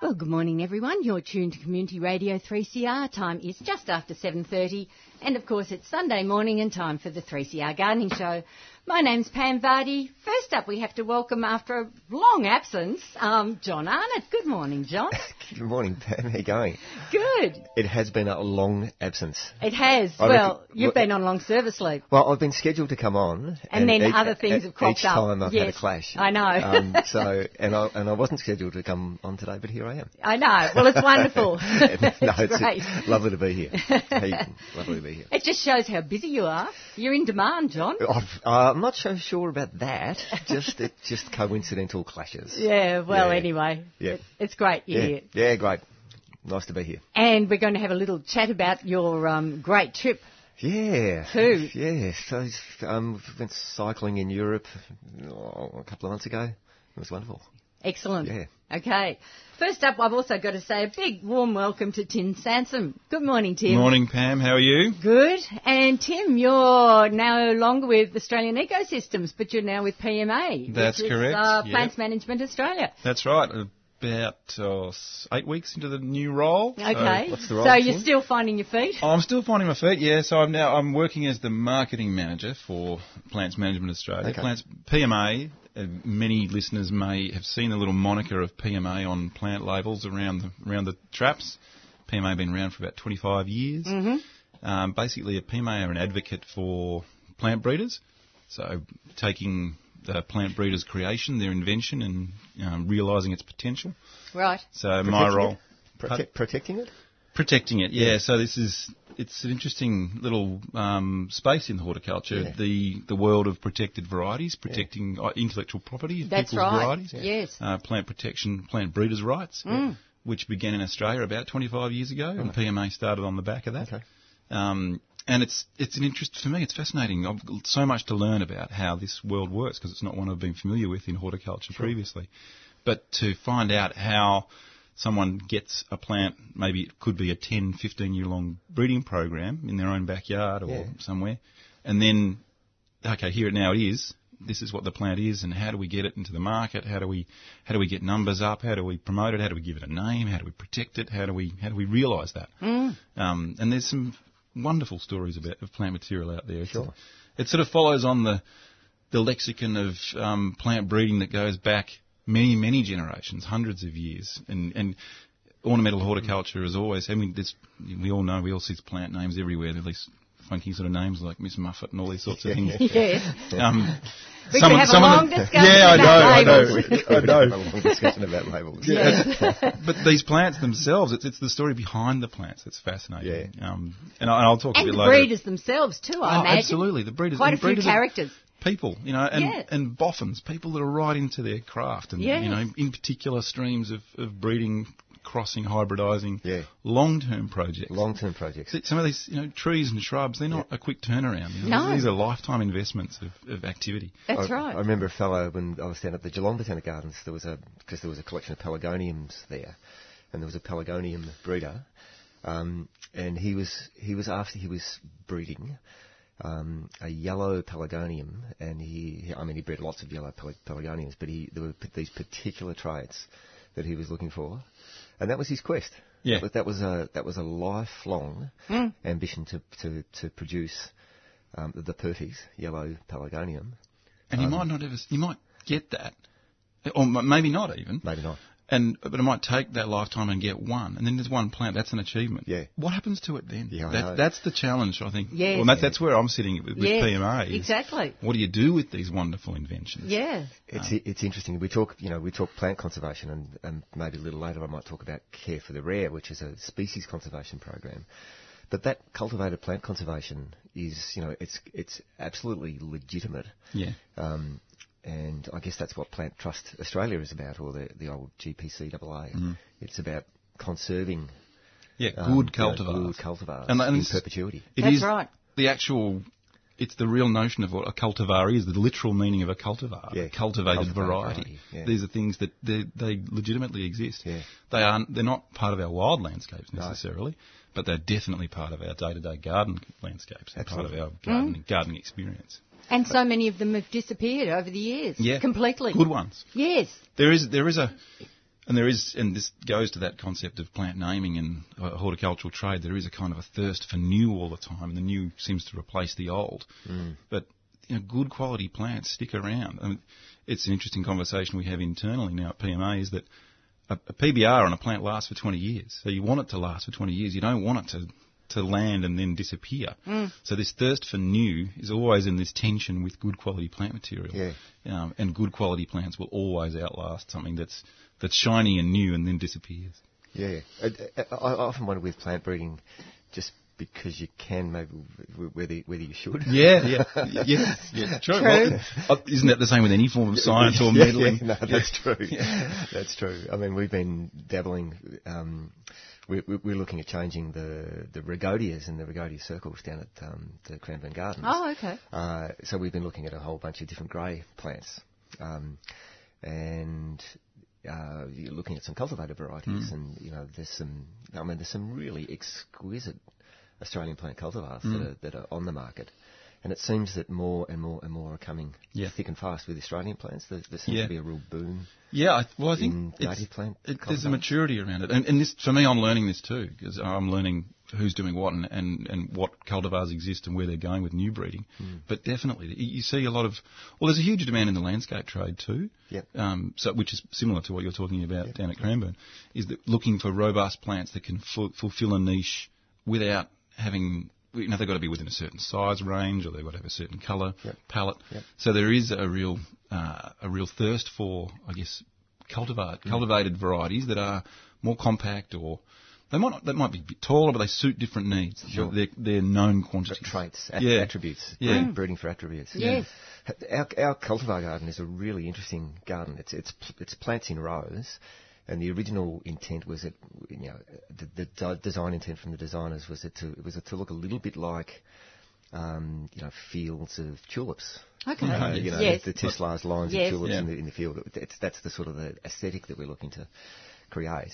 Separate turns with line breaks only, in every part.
Well, good morning, everyone. You're tuned to Community Radio 3CR. Time is just after 7:30, and of course, it's Sunday morning and time for the 3CR Gardening Show. My name's Pam Vardy. First up, we have to welcome, after a long absence, um, John Arnott. Good morning, John.
Good morning, Pam. How you going?
Good.
It has been a long absence.
It has.
I
well,
reckon-
you've been on long service leave.
Well, I've been scheduled to come on,
And then other things
e-
have cropped
each
up.
time I've had a
Yes,
clash.
I know.
Um, so, and I and I wasn't scheduled to come on today, but here I am.
I know. Well, it's wonderful.
no,
it's
it's
great.
lovely to be here. Hey, lovely to be here.
It just shows how busy you are. You're in demand, John.
I've, uh, I'm not so sure about that. Just it, just coincidental clashes.
Yeah. Well,
Yeah.
anyway,
Yeah.
it- it's great you're
yeah,
here.
yeah, great. Nice to be here.
And we're going to have a little chat about your um, great trip.
Yeah.
Who?
Yeah. So um, went cycling in Europe oh, a couple of months ago. It was wonderful.
Excellent.
Yeah.
Okay. First up, I've also got to say a big warm welcome to Tim Sansom. Good morning, Tim.
Morning, Pam. How are you?
Good. And Tim, you're no longer with Australian Ecosystems, but you're now with PMA. which
That's
is,
correct,
Uh,
yeah.
Plants Management Australia.
That's right. About uh, s- eight weeks into the new role. Oh. So
Okay.
what's the role,
so you're
Tim?
still finding your feet.
I'm still finding my feet. Yeah. So I'm now I'm working as the marketing manager for Plants Management Australia.
Okay.
Plants PMA. Uh, many listeners may have seen the little moniker of PMA on plant labels around the around the traps. PMA been around for about 25 years. Um, basically, a PMA are an advocate for plant breeders. So taking the plant breeder's creation, their invention, and um, realising its potential.
Right.
So my
Protecting
role,
it? Prote-
Pardon?
protecting it?
protecting it. Yeah. So this is it's an interesting little um, space in horticulture.
Yeah.
The the world of protected varieties, protecting uh intellectual property, of
That's
people's
right.
varieties.
Yes. Mm.
Uh, plant protection, plant breeders' rights, which began in Australia about 25 years ago, and PMA started on the back of that.
Okay.
Um, and it's it's an interest for me. It's fascinating. I've got so much to learn about how this world works because it's not one I've been familiar with in horticulture previously. But to find out how someone gets a plant, maybe it could be a 10, 15 year long breeding program in their own backyard or
Yeah.
somewhere, and then okay, here it now it is. This is what the plant is, and how do we get it into the market? How do we how do we get numbers up? How do we promote it? How do we give it a name? How do we protect it? How do we how do we realise that? Um, and there's some wonderful stories about of plant material out there. It's-
Sure.
It sort of follows on the the lexicon of um, plant breeding that goes back many many generations, hundreds of years, and and ornamental horticulture is always. I mean, this we all know. We all see plant names everywhere. There's these funky sort of names like Miss Muffet and all these sorts of things.
Yes.
Um,
We
someone-
could have
someone
a long
that-
discussion
Yeah, I
about
know, Oh, I
labels.
know.
I know. a long discussion about labels.
but these plants themselves, it's, it's the story behind the plants that's fascinating. Yeah. Um, and, I, and I'll talk a
And
bit
the
later.
breeders themselves too, I
Oh,
imagine.
absolutely. The breeders,
Quite
and
a few
breeders are
characters.
People, you know, and,
Yeah.
and boffins, people that are right into their craft, and
Yes.
you know, in particular streams of, of breeding crossing, hybridising,
Yeah.
long-term projects.
Long-term projects.
See, Some of these, you know, trees and shrubs, they're not a quick turnaround. you know.
No.
These are lifetime investments of, of activity.
That's
I,
right.
I remember a fellow when I was down at the Geelong Botanic Gardens. There was a because there was a collection of pelargoniums there, and there was a pelargonium breeder, um, and he was he was after he was breeding um, a yellow pelargonium, and he I mean he bred lots of yellow pel- pelargoniums, but he there were p- these particular traits that he was looking for, and that was his quest.
Yeah.
That was, that was a that was a lifelong
Mm.
ambition to to to produce. Um, the Pertes, yellow pelargonium,
And
Um,
you might not ever, you might get that. Or m- maybe not even.
Maybe not.
And, but it might take that lifetime and get one. And then there's one plant. That's an achievement.
Yeah.
What happens to it then?
Yeah, I
That-
know.
That's the challenge, I think.
Yes.
Well, that, that's where I'm sitting with, with
Yes,
PMA. is
exactly.
What do you do with these wonderful inventions?
Yeah.
It's
Um,
it's interesting. We talk, you know, we talk plant conservation, and, and maybe a little later I might talk about Care for the Rare, which is a species conservation program. But that cultivated plant conservation is, you know, it's it's absolutely legitimate.
Yeah.
Um, and I guess that's what Plant Trust Australia is about, or the the old GPCAA.
Mm-hmm.
It's about conserving
Yeah,
um,
good
you know,
cultivars.
good cultivars
And- and
in
it's-
perpetuity.
It
That's
is
right.
The actual, it's the real notion of what a cultivar is, the literal meaning of a cultivar,
Yeah,
a cultivated,
cultivated
variety.
variety, yeah.
These are things that they, they legitimately exist.
Yeah.
They aren't, they're not part of our wild landscapes necessarily, but they're definitely part of our day-to-day garden landscapes, and part of
Absolutely.
our garden, gardening experience.
And so many of them have disappeared over the years.
Yeah.
Completely.
Good ones.
Yes.
There is there is a and there is and this goes to that concept of plant naming and uh, horticultural trade. There is a kind of a thirst for new all the time, and the new seems to replace the old. But you know, good quality plants stick around. I mean, it's an interesting conversation we have internally now at PMA is that a, a PBR on a plant lasts for 20 years. So you want it to last for 20 years. You don't want it to to land and then disappear.
Mm.
So this thirst for new is always in this tension with good quality plant material.
Yeah.
Um, and good quality plants will always outlast something that's that's shiny and new and then disappears.
Yeah, I, I, I often wonder with plant breeding, just because you can, maybe w- whether whether you should.
Yeah, yeah, yeah, yeah. True. Well, uh, isn't that the same with any form of science or
Yeah,
meddling?
yeah, no, that's true. That's true. I mean, we've been dabbling. Um, we're, we're looking at changing the the rigodias and the rigodia circles down at um, the Cranbourne Gardens.
Oh, okay.
Uh, so we've been looking at a whole bunch of different grey plants, um, and uh, you're looking at some cultivated varieties,
Mm.
and you know there's some. I mean, there's some really exquisite Australian plant cultivars
Mm.
that, are, that are on the market. And it seems that more and more and more are coming
Yeah.
thick and fast with Australian plants. There, there seems
Yeah.
to be a real boom.
Yeah, I, well, I
In
think it's-
native plant
it, there's a
cultivars.
maturity around it, and, and this for me, I'm learning this too because I'm learning who's doing what and, and, and what cultivars exist and where they're going with new breeding.
Hmm.
But definitely, you you see a lot of well, there's a huge demand in the landscape trade too.
Yep.
Um, so which is similar to what you're talking about down at Cranbourne, is that looking for robust plants that can fu- fulfil a niche without having you know they've got to be within a certain size range or they've got to have a certain colour
Yep.
palette. So there is a real uh, a real thirst for I guess cultivar
Mm.
cultivated varieties that are more compact or they might not, they might be a bit taller, but they suit different needs.
Sure.
They're, they're known quantities.
Traits, at-
Yeah.
attributes,
Yeah.
breed- breeding for attributes.
Yes.
Our, our cultivar garden is a really interesting garden. It's it's pl- it's plants in rows, and the original intent was it, you know, the, the de- design intent from the designers was it to it was it to look a little bit like, um, you know, fields of tulips.
Okay.
Uh,
Right.
you know,
yes.
the Tesla's lines
Yes.
of tulips
Yeah.
in, the, in the field. It's, that's the sort of the aesthetic that we're looking to create.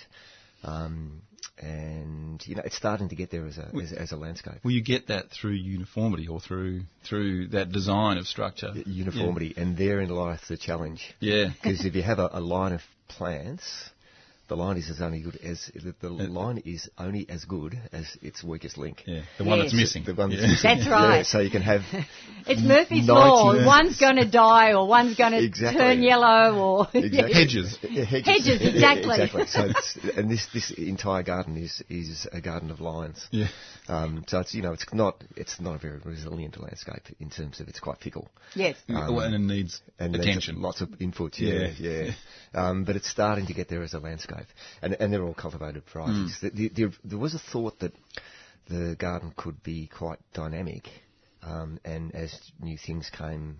Um, and you know, it's starting to get there as a as, as a landscape.
Well, you get that through uniformity or through through that design of structure.
uniformity, and therein lies the challenge.
Yeah.
Because if you have a, a line of plants, the line is as only good as the, the line is only as good as its weakest link.
Uh, Yeah. The one that's
Yes.
missing.
The one that's
Yeah.
missing.
That's right.
so you can have
It's Murphy's Law.
90.
One's going to die or one's going to
Exactly.
turn yellow or.
Exactly.
Hedges.
Yeah,
Hedges,
Yeah,
exactly.
exactly. So it's, and this this entire garden is is a garden of lines.
Yeah.
Um, so it's you know it's not it's not a very resilient landscape in terms of it's quite fickle.
Yes.
Well, and it needs
Um, and there's
attention.
lots of input. Yeah,
Yeah.
yeah. Um, but it's starting to get there as a landscape, and and they're all cultivated varieties.
Mm.
The, the, the, there was a thought that the garden could be quite dynamic, um, and as new things came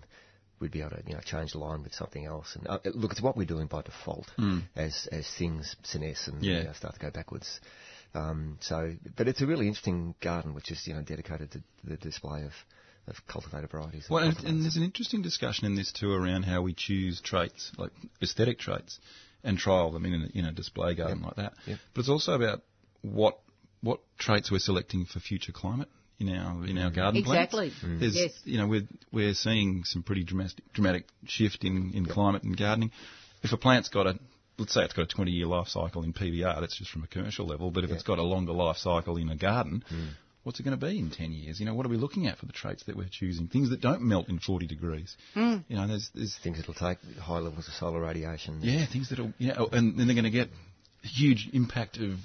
we'd be able to you know change the line with something else. And uh, look, it's what we're doing by default as as things senesce and
Mm. Yeah.
you know, start to go backwards. Um, so, but it's a really interesting garden, which is you know dedicated to the display of of cultivated varieties. and
Well, and,
cultivars.
and there's an interesting discussion in this too around how we choose traits, like aesthetic traits, and trial them in a, in a display garden like that.
Yep.
But it's also about what what traits we're selecting for future climate in our in our garden
Exactly.
plans.
Mm.
There's,
Yes.
You know, we're we're seeing some pretty dramatic dramatic shift in in climate and gardening. If a plant's got a Let's say it's got a 20 year life cycle in PVR, that's just from a commercial level, but if it's got a longer life cycle in a garden, what's it going to be in 10 years? You know, what are we looking at for the traits that we're choosing? Things that don't melt in 40 degrees. You know, there's, there's
things that'll take high levels of solar radiation.
yeah, things that'll yeah, oh, and then they're going to get huge impact of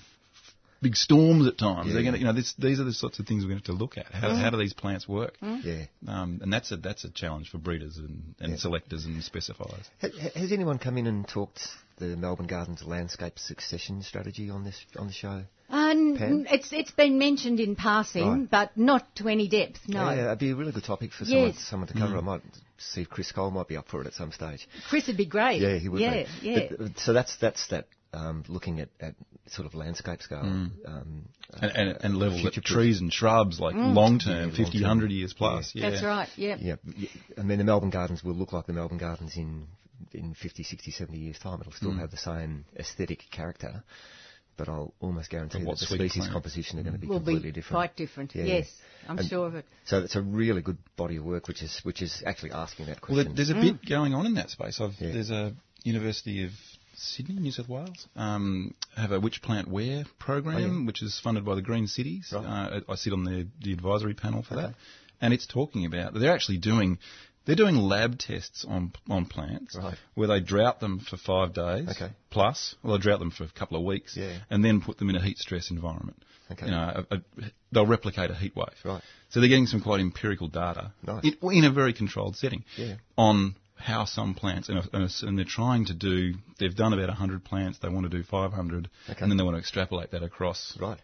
big storms at times.
Yeah,
they're going
yeah.
to you know this, these are the sorts of things we're going to have to look at. How, how do these plants work?
Yeah.
Um, and that's a that's a challenge for breeders and, and selectors and specifiers.
Ha- ha- Has anyone come in and talked the Melbourne Gardens landscape succession strategy on this on the show?
Uh, n-
Pam?
it's it's been mentioned in passing,
Right.
but not to any depth. No,
Yeah, it'd be a really good topic for someone,
Yes.
someone to cover. I might see if Chris Cole might be up for it at some stage.
Chris would be great.
Yeah, he would.
Yeah,
be.
yeah.
But, uh, so that's that's that um, looking at, at sort of landscape scale. Um, uh,
And, and, and levels at
future-proof.
trees and shrubs, like long term,
Yeah,
50,
long-term.
100 years plus. Yeah.
That's right. Yeah.
Yeah, y- I mean the Melbourne Gardens will look like the Melbourne Gardens in in 50, 60, 70 years time. It'll
Hmm.
still have the same aesthetic character, but I'll almost guarantee
But
that
what
the
sweet
species
plant.
composition are going to be
Will be
completely different.
quite different.
Yeah.
Yes, I'm
And-
sure of it.
So it's a really good body of work, which is which is actually asking that
Well,
question.
there- there's a bit going on in that space. I've,
Yeah.
There's a University of Sydney, New South Wales, um, have a Which Plant Where program,
Oh,
which is funded by the Green Cities. Uh, I I sit on the, the advisory panel for that, and it's talking about they're actually doing. They're doing lab tests on on plants
Right.
where they drought them for five days
Okay.
plus, well, they drought them for a couple of weeks,
Yeah.
and then put them in a heat stress environment.
Okay.
You know, a, a, they'll replicate a heat wave.
Right.
So they're getting some quite empirical data
Nice.
in, in a very controlled setting
Yeah.
on how some plants, and, and, and they're trying to do, they've done about 100 plants, they want to do 500,
Okay.
and then they want to extrapolate that across
right.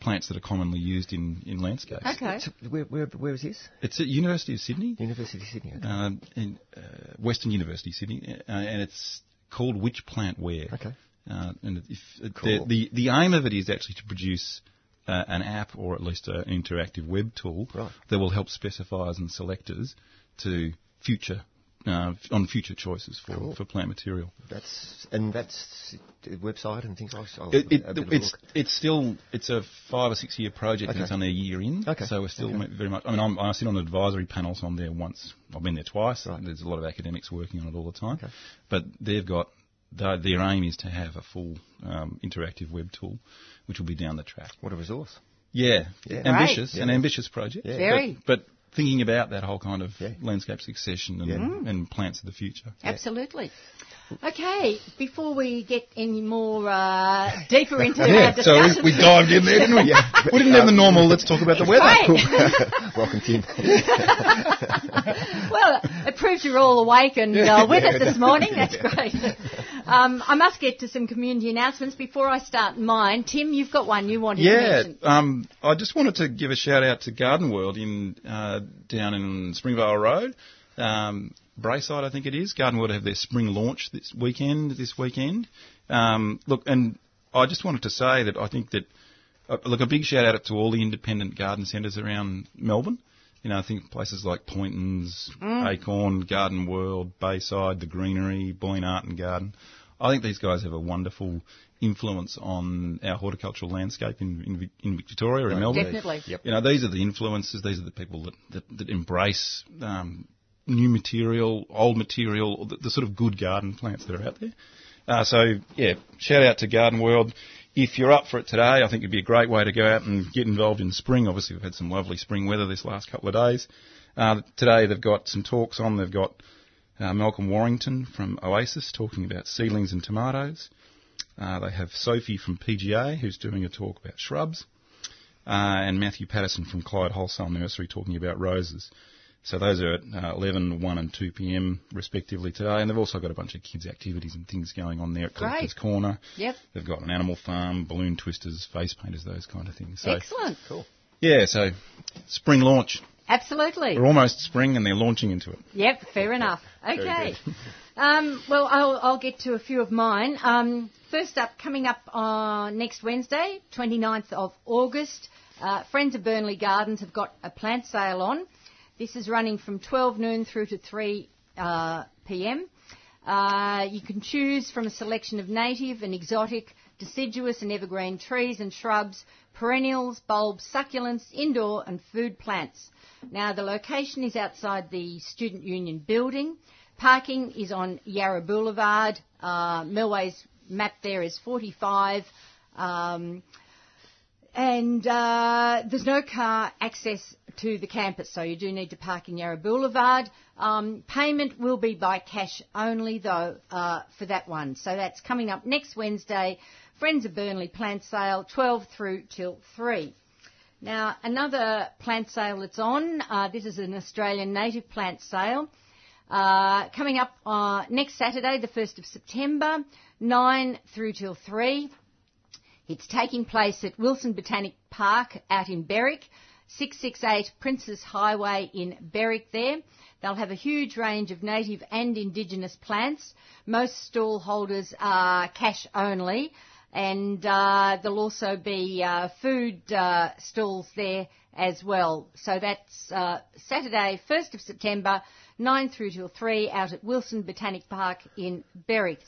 plants that are commonly used in, in landscapes.
Okay.
So where, where where is this?
It's at University of Sydney,
University of Sydney. Okay.
um, in, uh, Western University, Sydney, uh, and it's called Which Plant Where.
Okay.
Uh, and if
Cool.
the, the the aim of it is actually to produce uh, an app or at least a, an interactive web tool
Right.
that will help specifiers and selectors to future uh, f- on future choices for, for plant material.
That's and that's the website and things like. I'll
It,
have
it,
a bit of a
it's
look.
it's still it's a five or six year project.
Okay.
And it's only a year in,
Okay.
so we're still
Okay.
ma- very much. I mean, I'm, I sit on advisory panels. I'm there once. I've been there twice.
Right.
There's a lot of academics working on it all the time, but they've got their, their aim is to have a full um, interactive web tool, which will be down the track.
what a resource.
Yeah,
Yeah.
ambitious,
Great.
an
Yeah.
ambitious project.
Yeah.
Very.
But, but thinking about that whole kind of
Yeah.
landscape succession and, and plants of the future.
Absolutely. Okay, before we get any more uh, deeper into our
so
discussion,
we, we dived in there, didn't we? We didn't have the normal. Let's talk about the weather.
Right.
Welcome, Tim.
well, it proves you're all awake and uh, with it this morning. That's great. Um, I must get to some community announcements before I start mine. Tim, you've got one you wanted to
Yeah,
mention.
um, I just wanted to give a shout out to Garden World in uh, down in Springvale Road, um, Brayside, I think it is. Garden World have their spring launch this weekend. This weekend, um, look, and I just wanted to say that I think that uh, look a big shout out to all the independent garden centres around Melbourne. You know, I think places like Poynton's, Acorn, Garden World, Bayside, The Greenery, Boyne Art and Garden. I think these guys have a wonderful influence on our horticultural landscape in, in, Vic- in Victoria
Oh,
and Melbourne.
Definitely.
Yep.
You know, these are the influences. These are the people that that, that embrace um, new material, old material, the, the sort of good garden plants that are out there. Uh, so yeah, shout out to Garden World. If you're up for it today, I think it'd be a great way to go out and get involved in spring. Obviously, we've had some lovely spring weather this last couple of days. Uh, today they've got some talks on. They've got uh, Malcolm Warrington from Oasis talking about seedlings and tomatoes. Uh, they have Sophie from PGA who's doing a talk about shrubs uh, and Matthew Patterson from Clyde Wholesale Nursery talking about roses. So those are at uh, 11, 1 and 2 p.m. respectively today. And they've also got a bunch of kids' activities and things going on there at Collector's
Great.
Corner.
Yep.
They've got an animal farm, balloon twisters, face painters, those kind of things. So,
Excellent.
Yeah, so spring launch.
Absolutely.
We're almost spring and they're launching into it.
Yep, fair enough. Okay.
good.
Um, well, I'll, I'll get to a few of mine. Um, first up, coming up on next Wednesday, 29th of August, uh, Friends of Burnley Gardens have got a plant sale on. This is running from 12 noon through to 3 uh, p.m. Uh, you can choose from a selection of native and exotic, deciduous and evergreen trees and shrubs, perennials, bulbs, succulents, indoor and food plants. Now, the location is outside the Student Union building. Parking is on Yarra Boulevard. Uh, Melway's map there is 45. Um, and uh, there's no car access to the campus, so you do need to park in Yarra Boulevard. Um, payment will be by cash only, though, uh, for that one. So that's coming up next Wednesday, Friends of Burnley Plant Sale, 12 through till 3. Now, another plant sale that's on, uh, this is an Australian native plant sale. Uh, coming up uh, next Saturday, the 1st of September, 9 through till 3. It's taking place at Wilson Botanic Park out in Berwick, 668 Princes Highway in Berwick there. They'll have a huge range of native and indigenous plants. Most stall holders are cash only and uh, there'll also be uh, food uh, stalls there as well. So that's uh, Saturday, 1st of September, 9 through till 3 out at Wilson Botanic Park in Berwick.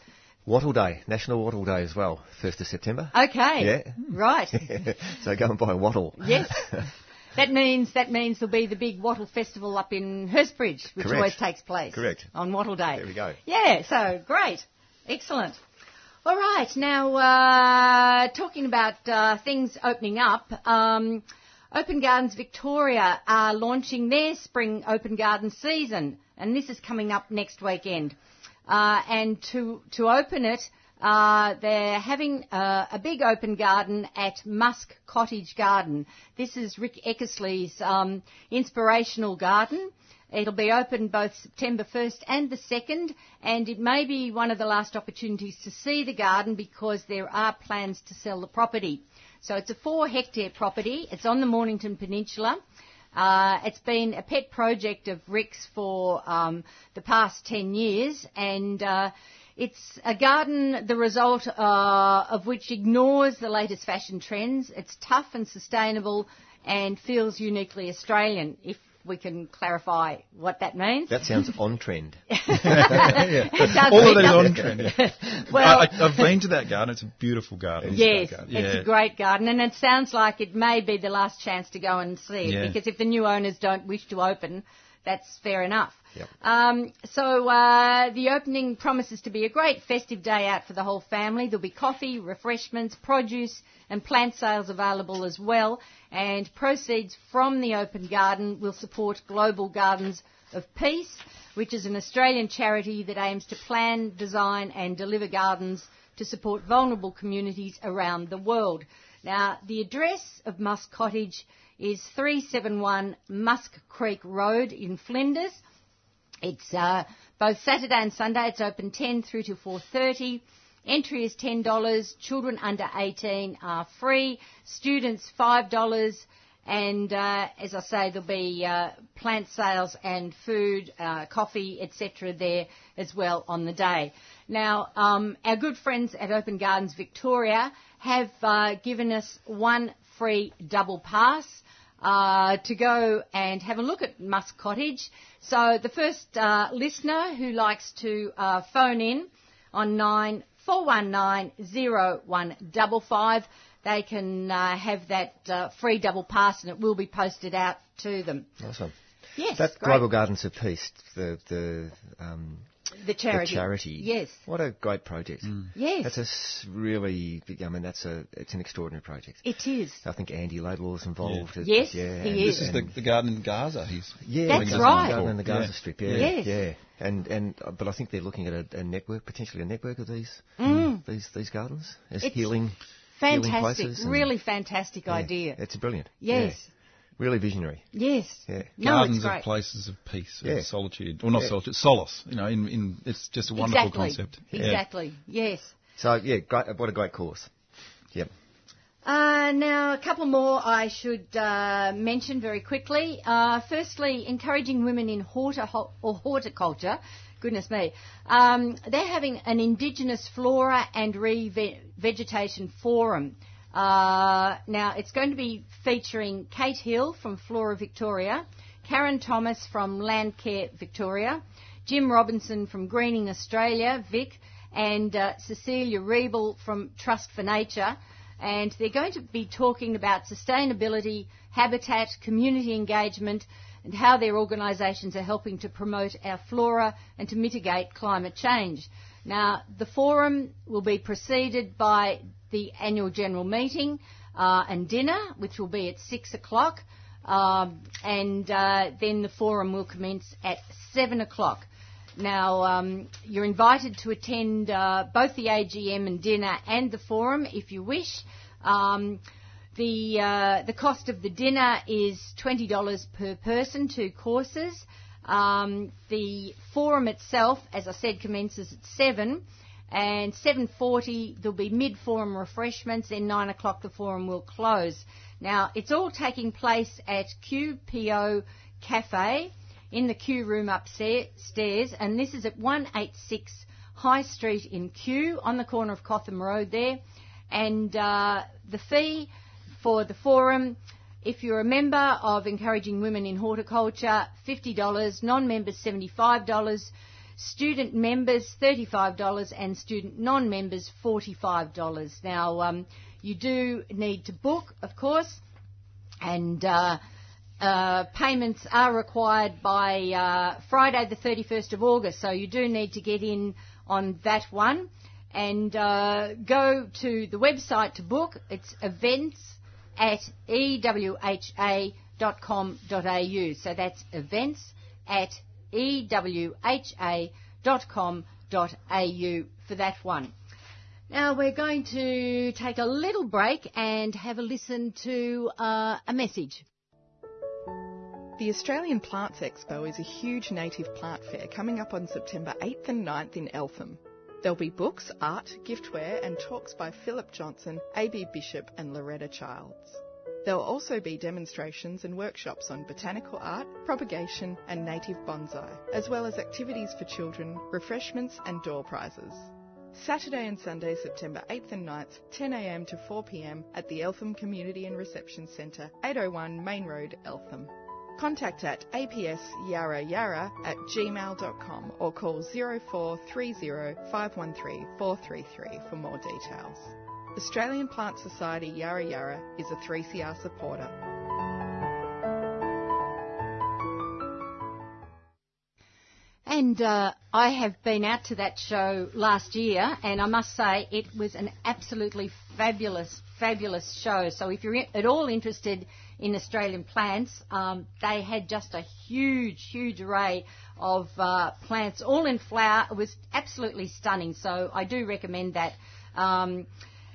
Wattle Day, National Wattle Day as well, 1st of September.
Okay.
Yeah.
Right.
so go and buy wattle.
Yes. That means that means there'll be the big Wattle Festival up in Hurstbridge, which
Correct.
always takes place.
Correct.
On Wattle Day.
There we go.
Yeah, so great. Excellent. All right, now uh, talking about uh, things opening up, um, Open Gardens Victoria are launching their spring open garden season, and this is coming up next weekend. Uh, and to, to open it, uh, they're having uh, a big open garden at Musk Cottage Garden. This is Rick Eckersley's um, inspirational garden. It'll be open both September 1st and the 2nd, and it may be one of the last opportunities to see the garden because there are plans to sell the property. So it's a four hectare property. It's on the Mornington Peninsula. Uh, it's been a pet project of Rick's for um, the past 10 years, and uh, it's a garden, the result uh, of which ignores the latest fashion trends. It's tough and sustainable and feels uniquely Australian, if we can clarify what that means.
That sounds on trend.
It does
All of
mean
that is
nothing.
on trend.
Well,
I, I, I've been to that garden. It's a beautiful garden.
Yes,
Yeah.
it's a great garden, and it sounds like it may be the last chance to go and see it
Yeah.
because if the new owners don't wish to open, that's fair enough.
Yep.
Um, so uh, the opening promises to be a great festive day out for the whole family. There'll be coffee, refreshments, produce, and plant sales available as well. And proceeds from the open garden will support Global Gardens of Peace, which is an Australian charity that aims to plan, design, and deliver gardens to support vulnerable communities around the world. Now, the address of Musk Cottage is 371 Musk Creek Road in Flinders. It's uh, both Saturday and Sunday. It's open 10 through to 4:30. Entry is $10. Children under 18 are free. Students $5. And uh, as I say, there'll be uh, plant sales and food, uh, coffee, etc. there as well on the day. Now, um, our good friends at Open Gardens Victoria have uh, given us one free double pass uh, to go and have a look at Musk Cottage. So the first uh, listener who likes to uh, phone in on nine four one nine zero one double five, they can uh, have that uh, free double pass, and it will be posted out to them.
Awesome.
Yes,
That
great.
Global Gardens of Peace, the the um,
the charity.
the charity.
Yes.
What a great project.
Yes.
That's a s- really big. I mean, that's a it's an extraordinary project.
It is.
I think Andy Laidlaw is involved. It-
Yes, he
and-
is.
This is the,
and-
the garden in Gaza. He's
yeah,
That's
the Gaza-
right.
Garden and the Gaza
Yeah.
Strip. Yeah,
Yes.
yeah. And and uh, but I think they're looking at a, a network, potentially a network of these these these gardens as
Mm. It's
healing. healing
Fantastic,
places and-
really fantastic
yeah,
idea.
It's brilliant. Yeah.
Yes,
Really visionary.
yes.
Yeah.
No,
gardens
it's great.
of places of peace,
Yeah.
of solitude, or not
Yeah.
solitude, solace. You know, in, in it's just a wonderful
exactly.
concept. Yeah.
Exactly. Yes.
So yeah, great, what a great course. Yep.
Uh, now, a couple more I should uh, mention very quickly. Uh, firstly, encouraging women in horti- or horticulture. Goodness me. Um, they're having an Indigenous Flora and Revegetation Forum. Uh, now, it's going to be featuring Kate Hill from Flora Victoria, Karen Thomas from Landcare Victoria, Jim Robinson from Greening Australia, Vic, and uh, Cecilia Riebel from Trust for Nature. And they're going to be talking about sustainability, habitat, community engagement, and how their organisations are helping to promote our flora and to mitigate climate change. Now, the forum will be preceded by the annual general meeting uh, and dinner, which will be at six o'clock, um, and uh, then the forum will commence at seven o'clock. Now, um, you're invited to attend uh, both the AGM and dinner and the forum if you wish. Um, the, uh, the cost of the dinner is $20 per person, two courses. Um, the forum itself, as I said, commences at 7 and 7.40 there'll be mid-forum refreshments, then 9 o'clock the forum will close. Now, it's all taking place at QPO Cafe in the Q room upstairs, and this is at 186 High Street in Q on the corner of Cotham Road there. And uh, the fee for the forum. If you're a member of Encouraging Women in Horticulture, $50, non-members $75, student members $35 and student non-members $45. Now, um, you do need to book, of course, and uh, uh, payments are required by uh, Friday the 31st of August, so you do need to get in on that one and uh, go to the website to book. It's events at E ewha.com.au. So that's events at E ewha.com.au for that one. Now we're going to take a little break and have a listen to uh, a message.
The Australian Plants Expo is a huge native plant fair coming up on September 8th and 9th in Eltham. There'll be books, art, giftware, and talks by Philip Johnson, A.B. Bishop, and Loretta Childs. There'll also be demonstrations and workshops on botanical art, propagation, and native bonsai, as well as activities for children, refreshments, and door prizes. Saturday and Sunday, September 8th and 9th, 10am to 4pm at the Eltham Community and Reception Centre, 801 Main Road, Eltham. Contact at apsyarayara at gmail.com or call 0430 513 433 for more details. Australian Plant Society Yarra Yarra is a 3CR supporter.
And uh, I have been out to that show last year, and I must say it was an absolutely fabulous, fabulous show. So if you're i- at all interested in Australian plants, um, they had just a huge, huge array of uh, plants, all in flower. It was absolutely stunning. So I do recommend that. Um,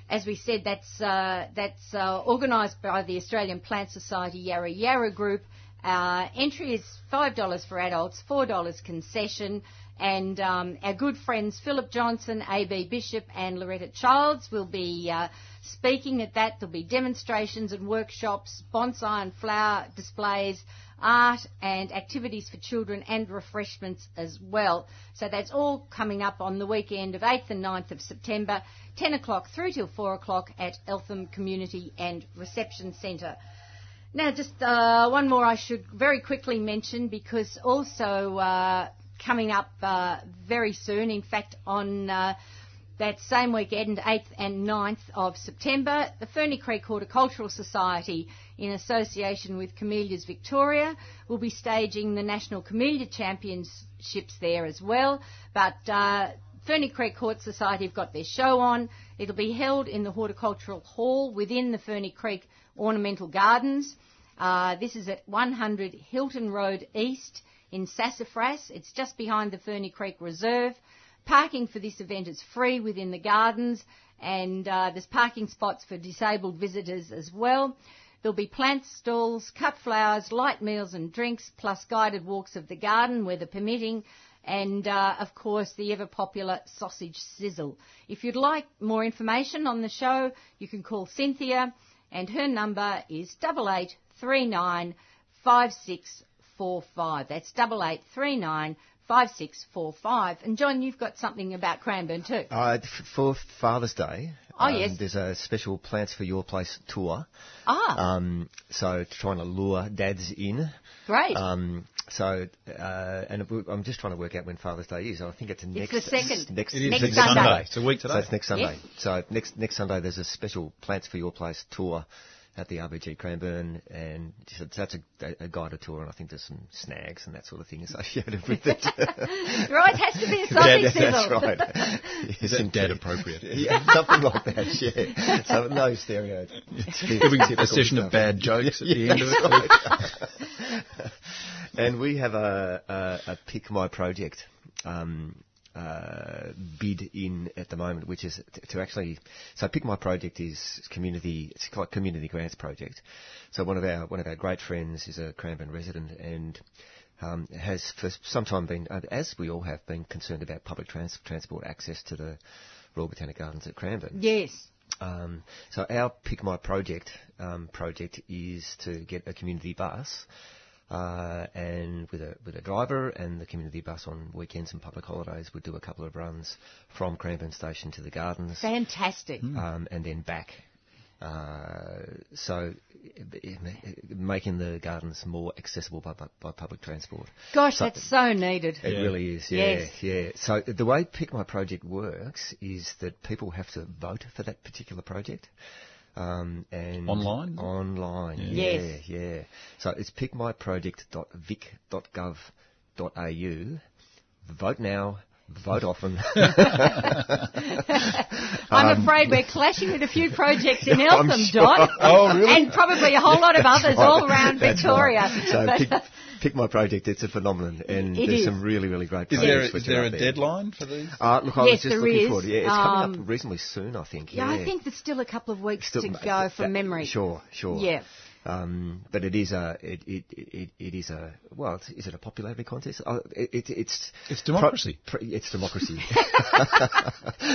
as we said, that's uh, that's uh, organised by the Australian Plant Society Yarra Yarra Group. Uh, entry is five dollars for adults, four dollars concession, and um, our good friends Philip Johnson, A.B. Bishop, and Loretta Childs will be uh, speaking at that. There'll be demonstrations and workshops, bonsai and flower displays, art and activities for children, and refreshments as well. So that's all coming up on the weekend of 8th and 9th of September, 10 o'clock through till 4 o'clock at Eltham Community and Reception Centre. Now, just uh, one more I should very quickly mention because also uh, coming up uh, very soon, in fact, on uh, that same weekend, 8th and 9th of September, the Ferny Creek Horticultural Society, in association with Camellias Victoria, will be staging the National Camellia Championships there as well. But uh, Ferny Creek Hort Society have got their show on. It'll be held in the Horticultural Hall within the Ferny Creek Ornamental Gardens. Uh, this is at 100 Hilton Road East in Sassafras. It's just behind the Ferny Creek Reserve. Parking for this event is free within the gardens, and uh, there's parking spots for disabled visitors as well. There'll be plant stalls, cut flowers, light meals and drinks, plus guided walks of the garden, weather permitting, and uh, of course the ever popular sausage sizzle. If you'd like more information on the show, you can call Cynthia, and her number is double eight three nine five six four five. That's double eight three nine five six four five. And John, you've got something about Cranbourne too.
Uh, f- for Father's Day, um,
Oh, yes.
there's a special Plants for Your Place tour.
ah,
Um, so trying to lure dads in.
great.
Um, so, uh, and we- I'm just trying to work out when Father's Day is. I think it's next
the second.
Next,
It is
Next
next
Sunday.
Sunday. It's a week today.
So it's next Sunday.
Yes.
So next next Sunday there's a special Plants for Your Place tour at the RBG Cranbourne, and so that's a, a guided tour, and I think there's some snags and that sort of thing associated with it.
right, has to be a
Yeah,
sausage
yeah,
sizzle.
that's right.
Is
Some
that dad
kid-
appropriate?
Yeah, something like that. Yeah. So no stereo.
There'll be a session of bad jokes at the end of it.
And we have a, a, a pick my project um, uh, bid in at the moment, which is t- to actually. So pick my project is community. It's like community grants project. So one of our one of our great friends is a Cranbourne resident and. Um, has for some time been, uh, as we all have, been concerned about public trans- transport access to the Royal Botanic Gardens at Cranbourne.
Yes.
Um, so our Pick My Project um, project is to get a community bus, uh, and with a with a driver, and the community bus on weekends and public holidays would do a couple of runs from Cranbourne Station to the gardens,
Fantastic.
um, and then back. Uh, so, i- i- making the gardens more accessible by, by, by public transport.
Gosh,
So-
that's so needed.
it
Yeah.
really is, yeah,
Yes.
yeah. So the way Pick My Project works is that people have to vote for that particular project. Um, and
Online?
Online,
Yeah.
Yes.
yeah, yeah. So it's pickmyproject.vic.gov.au. Vote now, vote often.
I'm afraid we're clashing with a few projects in Eltham,
um, I'm
Don.
Oh, really?
And probably a whole lot of others all around
That's
Victoria.
right. So pick, pick My Project, it's a phenomenon. And
It
there's
is.
some really, really great
Is
projects
there,
which
is
are
there
out
a deadline for these?
Uh, look, I
Yes,
was just
there
looking
is.
forward to Yeah, it's coming
Um,
up reasonably soon, I think.
yeah, I think there's still a couple of weeks to
m-
go
that-
from memory.
Sure, sure.
Yeah.
Um, but it is a it it, it, it is a well, it's, is it a popularity contest? Oh, it, it, it's
It's democracy.
Pro, pro, it's democracy.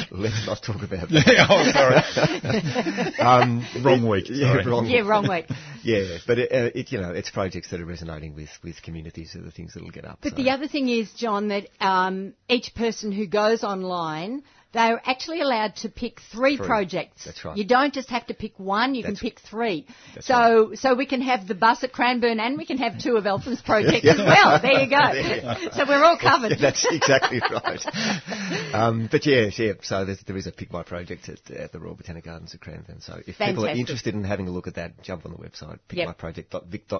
Let's not talk about that.
yeah, oh, sorry.
Um,
Wrong week.
yeah,
sorry.
wrong.
Yeah, wrong week.
Yeah, but it, uh, it you know it's projects that are resonating with with communities are the things that'll get up.
But
so.
the other thing is, John, that um, each person who goes online, they're actually allowed to pick three,
Three.
projects.
That's right.
You don't just have to pick one, you
That's-
can pick three.
that's
So so we can have the bus at Cranbourne and we can have two of Eltham's projects as well. There you go. So we're all covered.
Yeah, that's exactly right. Um, but yeah, yeah. So there's, there is a pick my project at, at the Royal Botanic Gardens at Cranbourne. So if people are
Fantastic.
interested in having a look at that, jump on the website
Yep.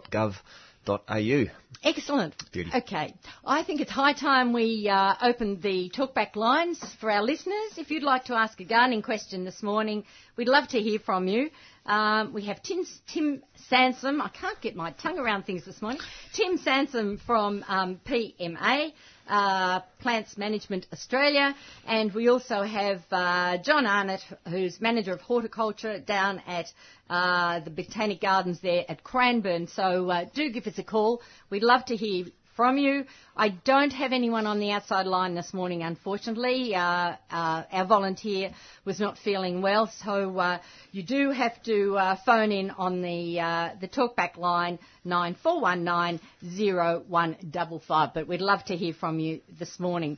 pickmyproject.vic.gov.au.
Excellent.
Beauty.
Okay. I think it's high time we uh, opened the talkback lines for our listeners. If you'd like to ask a gardening question this morning, we'd love to hear from you. Um, we have Tim, Tim Sansom. I can't get my tongue around things this morning. Tim Sansom from um, PMA, uh, Plants Management Australia. And we also have uh, John Arnott, who's manager of horticulture down at uh, the Botanic Gardens there at Cranbourne. So uh, do give us a call. We'd love to hear from you. I don't have anyone on the outside line this morning, unfortunately. Uh, uh, our volunteer was not feeling well, so uh, you do have to uh, phone in on the uh, the talkback line nine four one nine zero one double five. But we'd love to hear from you this morning,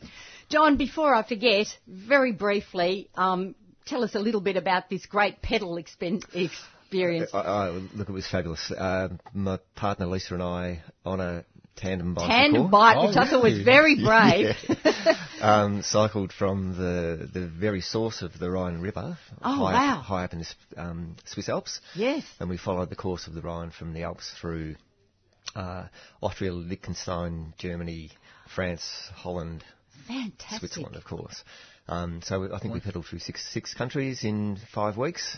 John. Before I forget, very briefly. Um, Tell us a little bit about this great pedal expen- experience.
I, I, look, it was fabulous. Um my partner Lisa and I on a tandem bicycle.
Tandem bike,
Oh,
which I thought was
really?
very brave.
um, cycled from the, the very source of the Rhine River,
Oh,
high,
wow.
up, high up in the S- um, Swiss Alps.
Yes.
And we followed the course of the Rhine from the Alps through uh, Austria, Liechtenstein, Germany, France, Holland,
Fantastic.
Switzerland, of course. Um, so we- I think we pedalled through six, six countries in five weeks.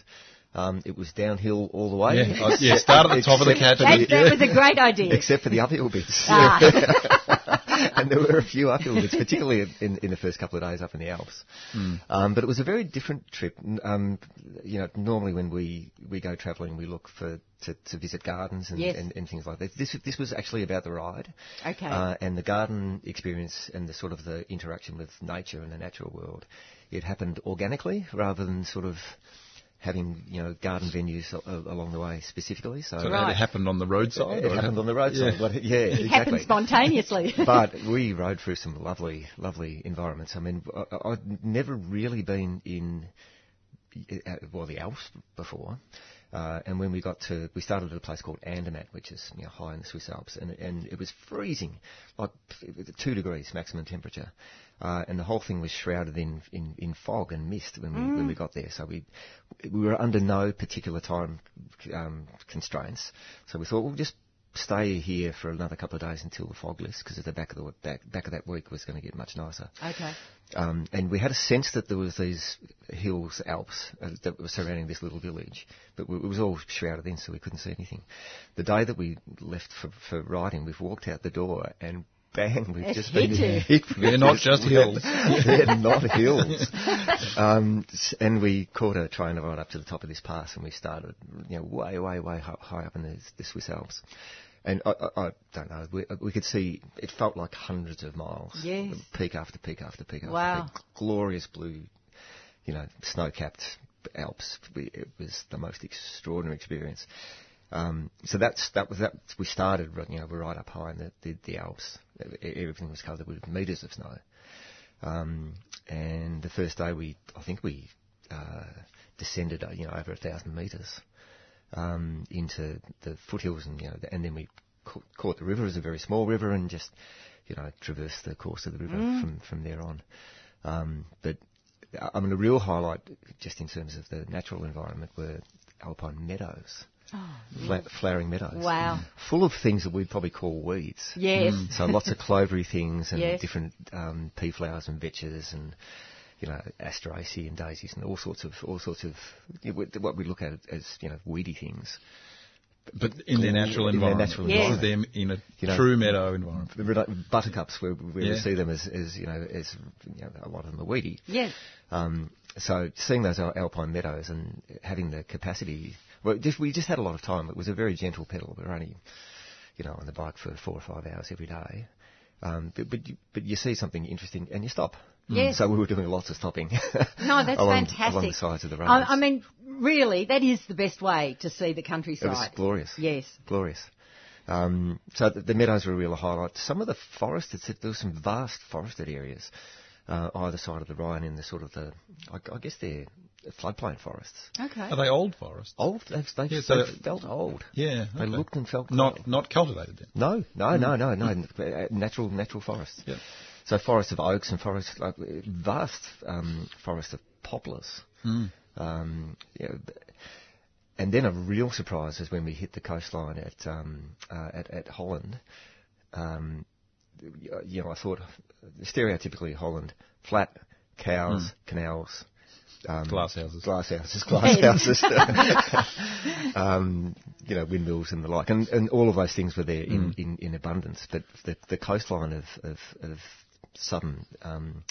Um, it was downhill all the way.
Yeah, I- yeah, start at the top of the
Except-
cat.
That, that was a great idea.
Except for the uphill bits.
Ah,
and there were a few afterwards, particularly in, in the first couple of days up in the Alps.
Hmm.
Um, but it was a very different trip. N- Um, you know, normally when we, we go travelling, we look for to, to visit gardens and,
Yes.
and, and things like that. This this was actually about the ride,
Okay.
uh, and the garden experience and the sort of the interaction with nature and the natural world. It happened organically rather than sort of having you know garden venues a- a- along the way specifically. So
So
Right.
it happened on the roadside.
it,
or
happened on the roadside.
Yeah.
What- Yeah,
it
exactly
happened spontaneously.
but we rode through some lovely, lovely environments. I mean, I, I'd never really been in, uh, well, the Alps before. Uh, and when we got to, we started at a place called Andermatt, which is you know, high in the Swiss Alps, and, and it was freezing, like f- two degrees maximum temperature, uh, and the whole thing was shrouded in, in, in fog and mist when we when we got there. So we we were under no particular time um, constraints, so we thought we'll just stay here for another couple of days until the fog lifts because at the back of the back, back of that week was going to get much nicer.
okay.
Um, and we had a sense that there was these hills, Alps, uh, that were surrounding this little village, but we, it was all shrouded in, so we couldn't see anything. The day that we left for, for riding, we've walked out the door and bang, we've
It's
just
hit
been
you.
hit with
They're not
this-
just hills.
They're not hills. Um, s- and we caught a train ride up to the top of this pass, and we started, you know, way, way, way hi- high up in the, the Swiss Alps. And I, I, I don't know. We, we could see. It felt like hundreds of miles.
Yes.
Peak after peak after peak after
Wow.
peak. Glorious blue, you know, snow-capped Alps. We, it was the most extraordinary experience. Um, so that's that was that. We started, you know, we're right up high in the the, the Alps. E- Everything was covered with meters of snow. Um, and the first day we, I think we uh, descended, uh, you know, over a thousand meters um, into the foothills, and you know, and then we ca- caught the river as a very small river, and just you know, traversed the course of the river
Mm.
from from there on. Um, but I I mean, a real highlight, just in terms of the natural environment, were alpine meadows, Fla- flowering meadows,
Oh, Wow.
full of things that we'd probably call weeds.
Yes.
So lots of clovery things and
Yes.
different um, pea flowers and vetches and you know asteraceae and daisies and all sorts of all sorts of you know, what we look at as you know weedy things.
But in their natural
In their
environment.
natural
Yes.
Rather than in a
You know,
true meadow environment.
The red- Buttercups, we, we
Yeah.
see them as, as you know as you know, a lot of them are weedy.
Yes.
Um, so seeing those al- alpine meadows and having the capacity, well, just, we just had a lot of time. It was a very gentle pedal. We were only, you know, on the bike for four or five hours every day. Um, but, but, you, but you see something interesting and you stop.
Yes.
So we were doing lots of stopping.
No, that's
along,
fantastic.
Along the sides of the roads.
I, I mean, really, that is the best way to see the
it
countryside.
was glorious.
Yes.
Glorious. Um, so the, the meadows were a real highlight. Some of the forested, there were some vast forested areas uh, either side of the Rhine in the sort of the, I, I guess they're floodplain forests.
Okay.
Are they old forests?
old. They've, they've,
Yeah, so-
they've felt old.
Yeah.
They
okay.
looked and felt
not
old.
not cultivated then.
No, no, no, no, no. Uh, Natural, natural forests.
Yeah.
So forests of oaks and forests, like uh, vast um, forests of poplars.
Mm.
Um, yeah, b- and then a real surprise is when we hit the coastline at um, uh, at, at Holland. Um, y- you know, I thought stereotypically Holland, flat, cows, canals, um,
Hmm. Glass houses.
glass houses, glass houses, um, you know, windmills and the like, and, and all of those things were there in,
Hmm.
in, in abundance. But the, the coastline of, of, of southern um,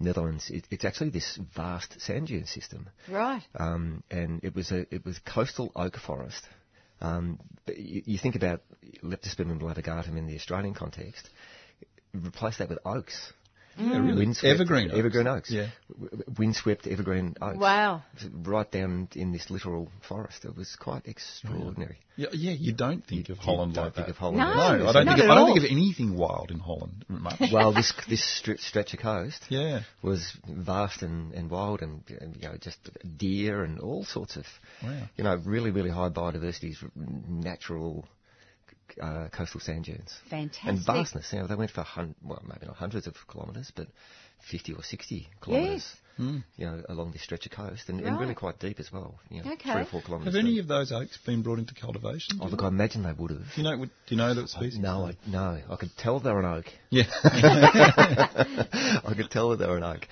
Netherlands, it, it's actually this vast sand dune system,
right.
um, and it was a it was coastal oak forest. Um, but you, you think about Leptospermum and Latigatum in the Australian context, replace that with oaks.
Mm.
Yeah, really.
Windswept-
evergreen. oaks.
evergreen oaks.
Yeah.
W- w- windswept evergreen oaks
Wow.
right down in this literal forest. It was quite extraordinary.
Yeah, yeah, you don't think of Holland
don't
like
think
that.
of Holland
No,
like
No,
that.
I don't
not
think of,
at
I don't
all.
think of anything wild in Holland. Mark.
Well, this this stri- stretch of coast
yeah.
was vast and, and wild, and, and you know just deer and all sorts of,
Wow.
you know, really really high biodiversities, r- natural uh, coastal sand dunes. And
Fantastic.
vastness. You know, they went for hun- well, maybe not hundreds of kilometres, but fifty or sixty kilometres.
Hmm.
You know, along this stretch of coast, and, and really
Right.
quite deep as well. You know,
Okay.
three or four kilometres.
Have any
deep.
of those oaks been brought into cultivation?
Oh, look, I imagine they would have.
Do you know? Do you know that species?
No, I, no, I could tell they were an oak.
Yeah.
I could tell that they were an oak.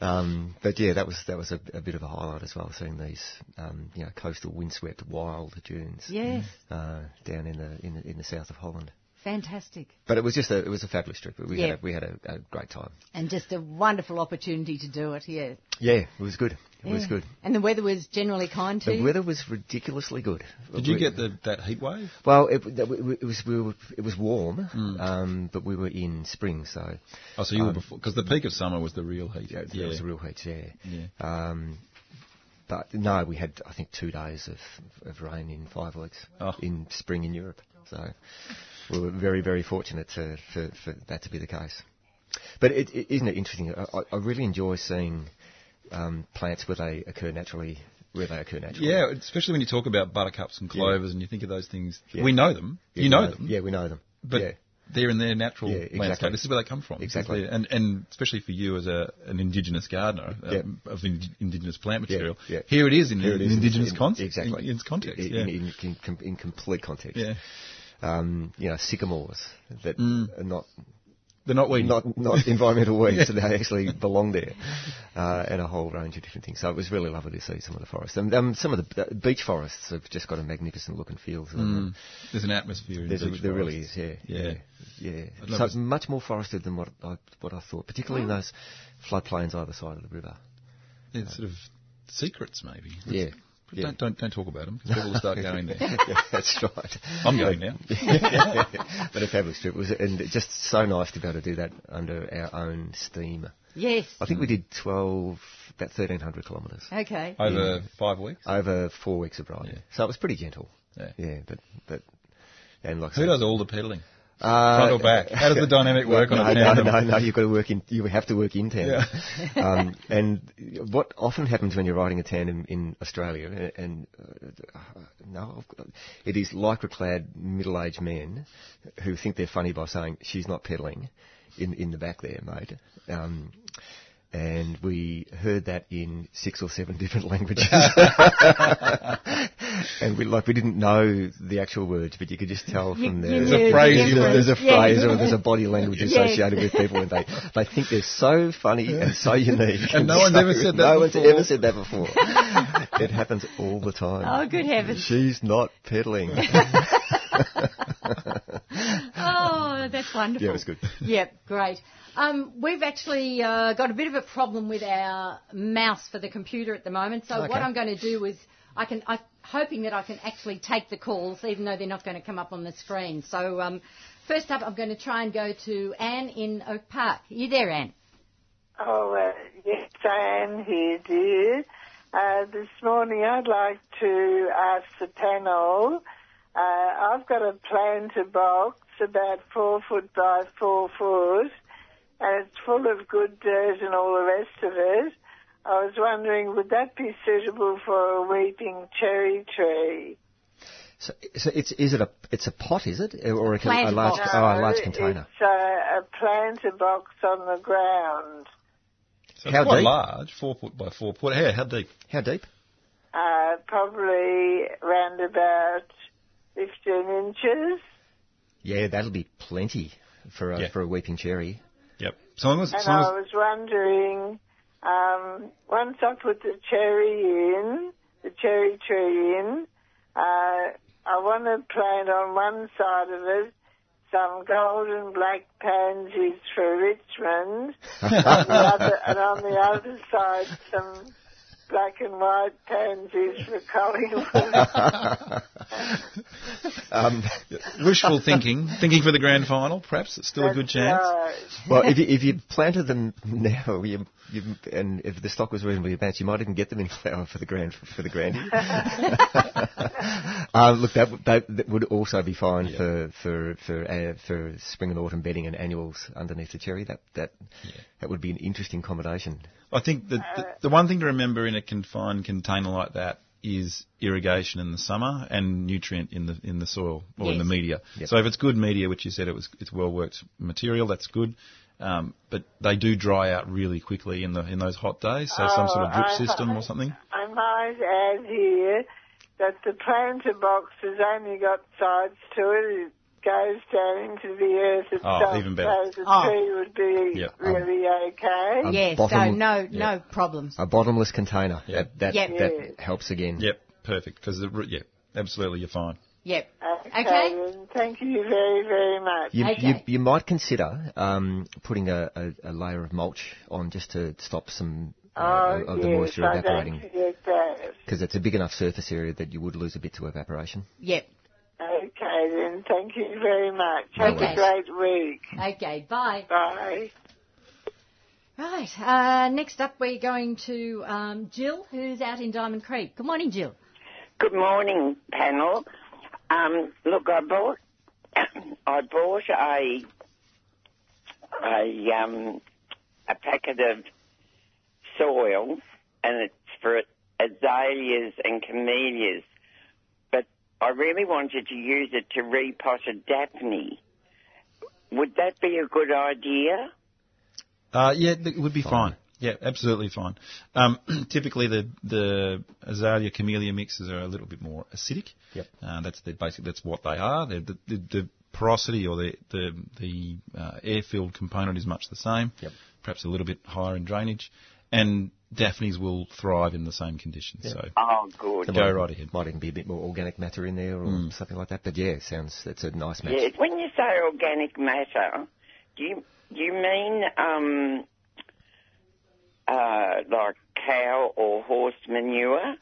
Um, but yeah, that was that was a, a bit of a highlight as well, seeing these um, you know coastal windswept wild dunes
Yes.
uh, down in the, in the in the south of Holland.
Fantastic.
But it was just a it was a fabulous trip. We
Yeah.
had a, we had a, a great time.
And just a wonderful opportunity to do it, yeah.
Yeah, it was good. It was
Yeah.
good.
And the weather was generally kind too.
The weather was ridiculously good.
Did you
We-
get the, that heat wave?
Well, it, that we- it was we were, it was warm,
Mm.
um, but we were in spring, so
Oh, so you were before because the peak of summer was the real heat.
yeah, it was a real heat. Yeah.
Yeah.
Um, but no, we had I think two days of, of rain in five weeks
Oh.
in spring in Europe. So we were very very fortunate to, for for that to be the case. But it, it, isn't it interesting? I, I- I really enjoy seeing um, plants where they occur naturally, where they occur naturally.
Yeah, especially when you talk about buttercups and clovers and you think of those things.
Yeah.
We know them.
Yeah,
you
we
know them.
Yeah, we know them.
But
yeah.
they're in their natural
Yeah, exactly.
landscape. This is where they come from. This is
Exactly.
their- and, and especially for you as a, an indigenous gardener uh,
Yeah.
of ind- indigenous plant material,
yeah.
here it is in
Here
an
it is in-
indigenous
in-
context.
Exactly.
In, in its context.
In,
yeah.
in, in, in, com- in complete context.
yeah.
Um, you know, sycamores that
Mm.
are not
They're not weeds.
not not environmental weeds, so they actually belong there, uh, and a whole range of different things. So it was really lovely to see some of the forests, and um, some of the uh, beach forests have just got a magnificent look and feel. To them.
There's an atmosphere in
There's a,
Mm. beach
there really
forests.
is, yeah,
Yeah.
yeah. yeah.
I'd love Oh.
So
to
it's much more forested than what I, what I thought, particularly in those floodplains either side of the river.
They're sort of secrets, maybe.
Yeah, yeah.
Don't, don't don't talk about them because people will start going there.
Yeah, that's right.
I'm going now.
but a fabulous trip. It was, and it's just so nice to be able to do that under our own steam.
yes.
I
Mm.
think we did 12, about 1,300 kilometres
Okay.
Over five weeks.
over four weeks of riding.
Yeah.
So it was pretty gentle.
Yeah.
Yeah, but, but and like I
Who
say-
does all the peddling?
Uh,
Front or back? How does the dynamic work on
no,
a
no,
tandem?
no, no, you've got to work in, you have to work in tandem. um, and what often happens when you're riding a tandem in Australia, and, and uh, no, I've got- it is lycra-clad middle-aged men who think they're funny by saying, she's not pedalling in, in the back there, mate. Um, and we heard that in six or seven different languages. and we like we didn't know the actual words, but you could just tell from
you
there.
knew There's a the phrase you- difference.
There's a
Yeah.
phrase or there's a body language
Yeah.
associated with people, and they they think they're so funny and so unique.
And no one's
so-
ever said that
No one's
before.
ever said that before. it happens all the
Oh,
time.
good heavens.
She's not peddling.
Oh, that's wonderful.
Yeah, it was good.
Yep, great. Um, we've actually uh, got a bit of a problem with our mouse for the computer at the moment. So what
Okay.
I'm going to do is I can I'm hoping that I can actually take the calls, even though they're not going to come up on the screen. So um, first up, I'm going to try and go to Anne in Oak Park. Are you there, Anne?
Oh, uh, yes, I am here, dear. Uh, this morning I'd like to ask the panel. Uh, I've got a planter box about four foot by four foot, and it's full of good dirt and all the rest of it. I was wondering, would that be suitable for a weeping cherry tree?
So, so it's is it a it's a pot, is it, or a, con- a
Plant
large
pot.
oh, a large
No,
container?
It's uh, a planter box on the ground,
So
How
quite
deep?
large, four foot by four foot. How, how deep?
How deep?
uh, probably round about 15 inches.
Yeah, that'll be plenty for a,
Yeah.
for a weeping cherry.
Yep. So long as,
And
so long
I was wondering, um, once I put the cherry in, the cherry tree in, uh, I want to plant on one side of it some golden black pansies for Richmond, and, the other, and on the other side some black and white pansies for Collingwood.
Um,
as wishful thinking, thinking for the grand final, perhaps it's still a good chance.
Right.
well, if you, if you planted them now, you, you, and if the stock was reasonably advanced, you might even get them in flower for the grand for the grand. uh, look, that, would- that that would also be fine for for for uh, for spring and autumn bedding and annuals underneath the cherry. That that that would be an interesting combination.
I think the, the the one thing to remember in a confined container like that is irrigation in the summer and nutrient in the in the soil or in the
Yes.
media. So if it's good media, which you said it was, it's well worked material, that's good. Um, but they do dry out really quickly in the in those hot days. So some sort of drip
Oh, I-
system or something.
I might add here that the planter box has only got sides to it. It goes down into the earth itself,
even better.
so the
Oh.
tree would be
Yep.
really okay.
Um,
yes. So
bottom-
no, no problems.
A bottomless container. That that
Yep.
that helps again.
Yep, perfect. Because yeah, absolutely, you're fine.
Yep.
Okay.
Okay.
then. Thank you very, very much.
You,
Okay.
you, you might consider um, putting a, a, a layer of mulch on just to stop some uh,
Oh,
of- of the
yes,
moisture
I
evaporating
Don't forget that.
because it's a big enough surface area that you would lose a bit to evaporation.
Yep.
Okay, then. Thank you very much.
No
Have
worries.
a great week.
Okay. Bye.
Bye.
Right. Uh, next up, we're going to um, Jill, who's out in Diamond Creek. Good morning, Jill.
Good morning, panel. Um, look, I bought I bought a a um a packet of soil, and it's for azaleas and camellias. But I really wanted to use it to repot a daphne. Would that be a good idea?
Uh, yeah, th- it would be fine. Yeah, absolutely fine. Um, typically, the the azalea camellia mixes are a little bit more acidic.
Yep.
Uh, that's the basic. That's what they are. They're the, the, the porosity or the the, the uh, air filled component is much the same.
Yep.
Perhaps a little bit higher in drainage, and daphnes will thrive in the same conditions.
Yeah.
So
Oh, good.
Go
There might,
right ahead. Hmm.
Might even be a bit more organic matter in there or something like that. But yeah, it sounds it's a nice match.
Yes. When you say organic matter, do you do you mean um, uh, like cow or horse manure,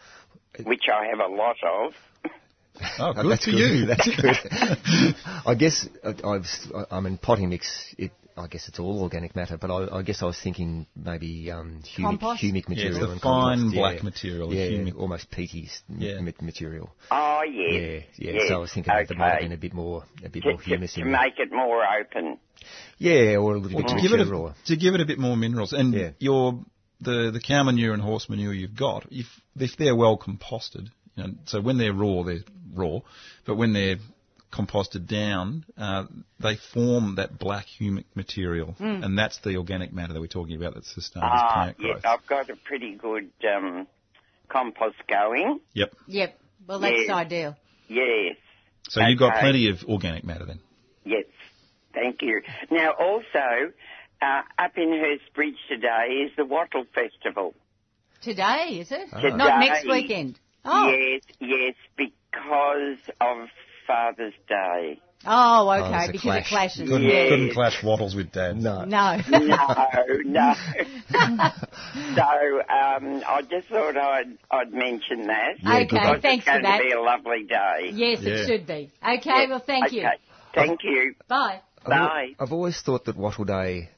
which I have a lot of?
oh,
Uh,
good
that's
for
good.
you.
That's good. I guess uh, I've, s- I- I mean potting mix. It, I guess it's all organic matter, but I, I guess I was thinking maybe um, humic,
Compost?
humic material
the
and
fine
compost,
black
yeah.
material,
yeah,
humic.
almost peaty
Yeah.
material.
Oh yes.
Yeah, yeah.
yes,
So I was thinking that there might have been a bit more, a bit
To-
more
to-
humus
to,
in there.
make it more open.
Yeah, or a little
Well,
bit
to
richer,
give it a,
or
to give it a bit more minerals and
Oh, Yeah.
your the the cow manure and horse manure you've got if if they're well composted you know, so when they're raw they're raw but when they're composted down uh, they form that black humic material
Hmm.
and that's the organic matter that we're talking about that sustains
Ah,
plant
yeah,
growth
I've got a pretty good um, compost going.
yep
Yep. Well, that's
Yeah.
ideal.
Yes.
so you've got
Okay.
plenty of organic matter then
Yes, thank you. Now, also, uh, up in Hurstbridge today is the Wattle Festival.
Today, is it?
Ah.
Today.
Not next weekend. Oh.
Yes, yes, because of Father's Day.
Oh,
Oh,
okay.
there's a
because
clash.
it clashes.
couldn't,
Yeah.
couldn't clash wattles with dad
no.
No.
No, no. so um, I just thought I'd, I'd mention that.
Yeah, good
okay.
Because
Thanks
it's going
for that.
to be a lovely day.
Yes,
Yeah.
it should be. Okay. Well, thank you.
Okay, Thank you.
Bye.
I've al-
Bye.
I've always thought that Wattle Day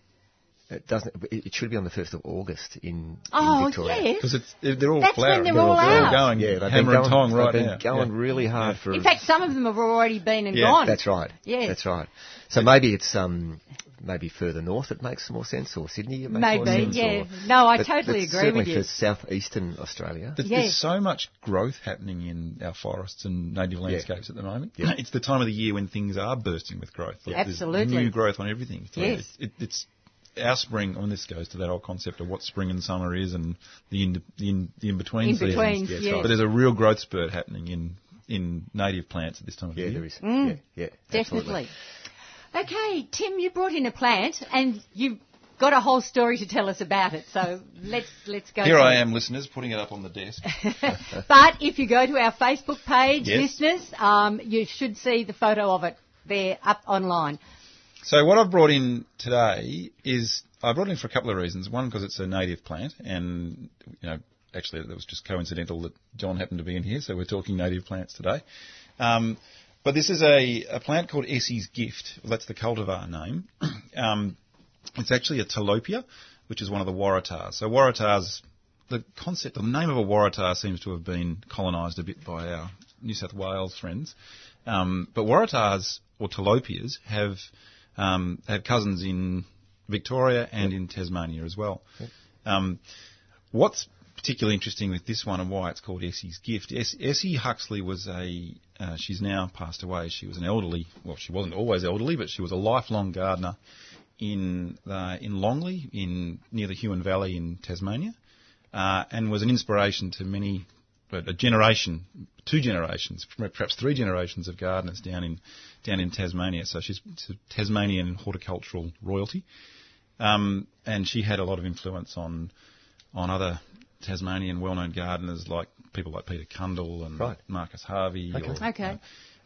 it doesn't. It it should be on the first of August in, in
Oh,
Victoria.
yes.
because it's they're all
That's when
flowering
they're all out.
going
Yeah, they've
hammer
been going,
and tong right
they've been
now
going really hard for.
In fact, some of them have already been and
Yeah,
gone.
that's right.
Yes.
that's right. So maybe it's um maybe further north it makes more sense, or Sydney it makes more
Maybe,
sense.
yeah.
or-
No, I
but-
totally
but
agree with
certainly
you.
for southeastern Australia.
There's,
Yeah.
there's so much growth happening in our forests and native landscapes at the moment.
Yeah.
It's the time of the year when things are bursting with growth. Like, there's
Absolutely.
new growth on everything. So
Yes.
It, it, it's our spring. I mean, this goes to that old concept of what spring and summer is and the in the in, the in between seasons.
In-betweens, yes.
But there's a real growth spurt happening in in native plants at this time of
yeah,
the year.
there is. Yeah, yeah, absolutely.
Mm. Definitely. Okay, Tim, you brought in a plant and you've got a whole story to tell us about it. So let's let's go.
Here
to
I
it.
am, listeners, putting it up on the desk.
But if you go to our Facebook page,
Yes.
listeners, um, you should see the photo of it there up online.
So what I've brought in today is I brought it in for a couple of reasons. One, because it's a native plant, and you know, actually, that was just coincidental that John happened to be in here, so we're talking native plants today. Um, but this is a, a plant called Essie's Gift. Well, that's the cultivar name. um, it's actually a tilapia, which is one of the waratahs. So waratahs, the concept, the name of a waratah seems to have been colonised a bit by our New South Wales friends. Um, but waratahs or tilapias have um, have cousins in Victoria and in Tasmania as well. Um, what's particularly interesting with this one and why it's called Essie's Gift? Ess- Essie Huxley was a uh, she's now passed away. She was an elderly, well, she wasn't always elderly, but she was a lifelong gardener in the, in Longley, in near the Huon Valley in Tasmania, uh, and was an inspiration to many, but a generation, two generations, perhaps three generations of gardeners down in down in Tasmania. So she's Tasmanian horticultural royalty, um, and she had a lot of influence on on other. Tasmanian well-known gardeners like people like Peter Cundall and
Right.
Marcus Harvey.
Okay.
Or,
Okay.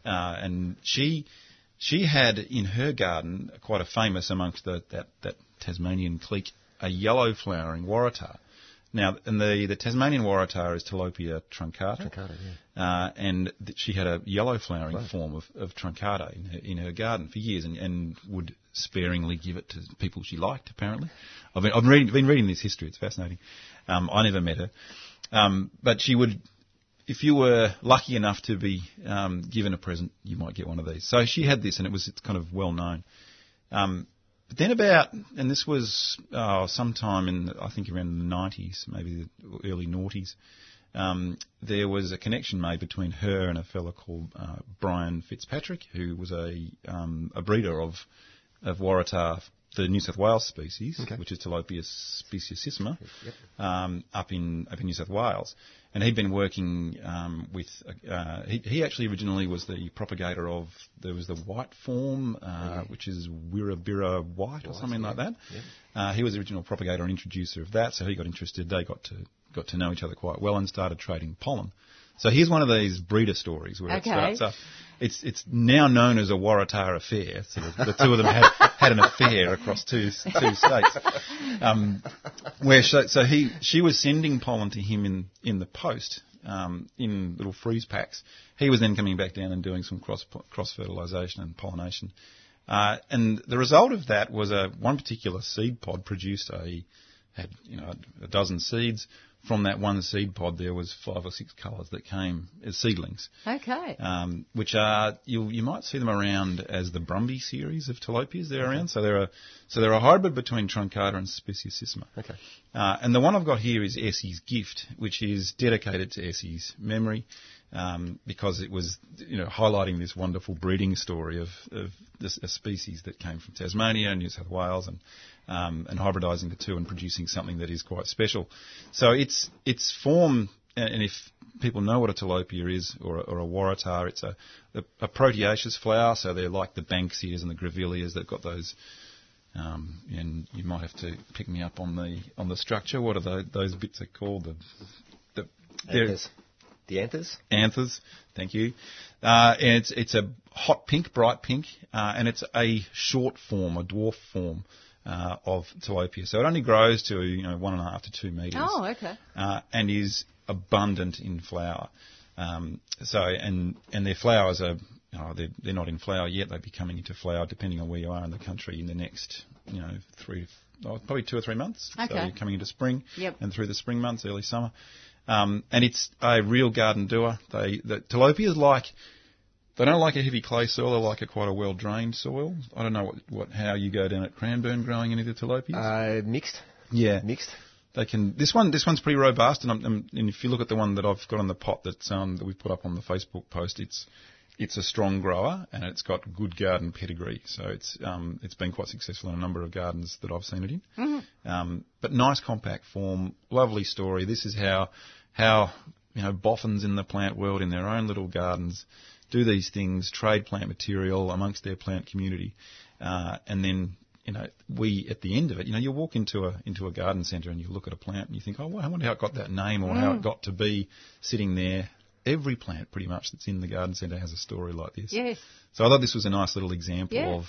uh, and she she had in her garden quite a famous amongst the, that that Tasmanian clique a yellow flowering waratah. Now, and the, the Tasmanian waratah is Tilopia truncata,
Ricardo, yeah.
uh, and th- she had a yellow flowering form of, of truncata in her, in her garden for years, and, and would sparingly give it to people she liked. Apparently, I've been, I've reading, been reading this history; it's fascinating. Um, I never met her, um, but she would. If you were lucky enough to be um, given a present, you might get one of these. So she had this, and it was it's kind of well known. Um, but then about, and this was uh, sometime in, I think around the 90s, maybe the early noughties, um, there was a connection made between her and a fellow called uh, Brian Fitzpatrick, who was a, um, a breeder of, of Waratah, the New South Wales species,
Okay.
which is Tilopia speciosissima, um, up, in, up in New South Wales. And he'd been working um, with, uh, he, he actually originally was the propagator of, there was the white form, uh, which is Wirrabirra white or something like that. Uh, he was the original propagator and introducer of that, so he got interested. They got to got to know each other quite well and started trading pollen. So here's one of these breeder stories where
Okay.
it starts up. It's it's now known as a Waratah affair. So the, the two of them had, had an affair across two two states. Um, where so, so he she was sending pollen to him in in the post um, in little freeze packs. He was then coming back down and doing some cross cross fertilisation and pollination. Uh, and the result of that was a one particular seed pod produced a had you know a dozen seeds. From that one seed pod, there was five or six colours that came as seedlings,
Okay.
um, which are you you might see them around as the Brumby series of tilopias. They're around, so they're a so they're a hybrid between Truncata and Speciosissima.
Okay.
Uh, and the one I've got here is Essie's gift, which is dedicated to Essie's memory, um, because it was, you know, highlighting this wonderful breeding story of, of this, a species that came from Tasmania and New South Wales, and um, and hybridising the two and producing something that is quite special. So its its form, and and if people know what a tilopia is or a, or a waratah, it's a, a, a proteaceous flower, so they're like the Banksias and the Grevilleas. They've got those um, and you might have to pick me up on the on the structure. What are those, those bits are called? The, the they're-
Anthers. The anthers?
anthers. Thank you. Uh, and it's it's a hot pink, bright pink, uh, and it's a short form, a dwarf form uh, of tilapia. So it only grows to you know one and a half to two meters
Oh, okay.
uh, and is abundant in flower. Um, so, and and their flowers are, oh, they're, they're not in flower yet. They be coming into flower depending on where you are in the country in the next, you know, three, oh, probably two or three months. So
Okay.
you're coming into spring,
Yep.
and through the spring months, early summer. Um, and it's a real garden doer. They the tilopias like. They don't like a heavy clay soil. They like a quite a well drained soil. I don't know what, what how you go down at Cranbourne growing any of the
Uh,
tilopias.
mixed.
yeah,
Mixed.
they can. This one, this one's pretty robust, and, I'm, I'm- and if you look at the one that I've got on the pot that's um, that we put up on the Facebook post, it's it's a strong grower and it's got good garden pedigree. So it's um, it's been quite successful in a number of gardens that I've seen it in. Um, but nice compact form, lovely story. This is how how you know boffins in the plant world in their own little gardens do these things, trade plant material amongst their plant community, uh, and then you know, we at the end of it, you know, you walk into a into a garden centre and you look at a plant and you think, oh, well, I wonder how it got that name or how it got to be sitting there. Every plant, pretty much, that's in the garden centre has a story like this.
Yes.
So I thought this was a nice little example
Yeah.
of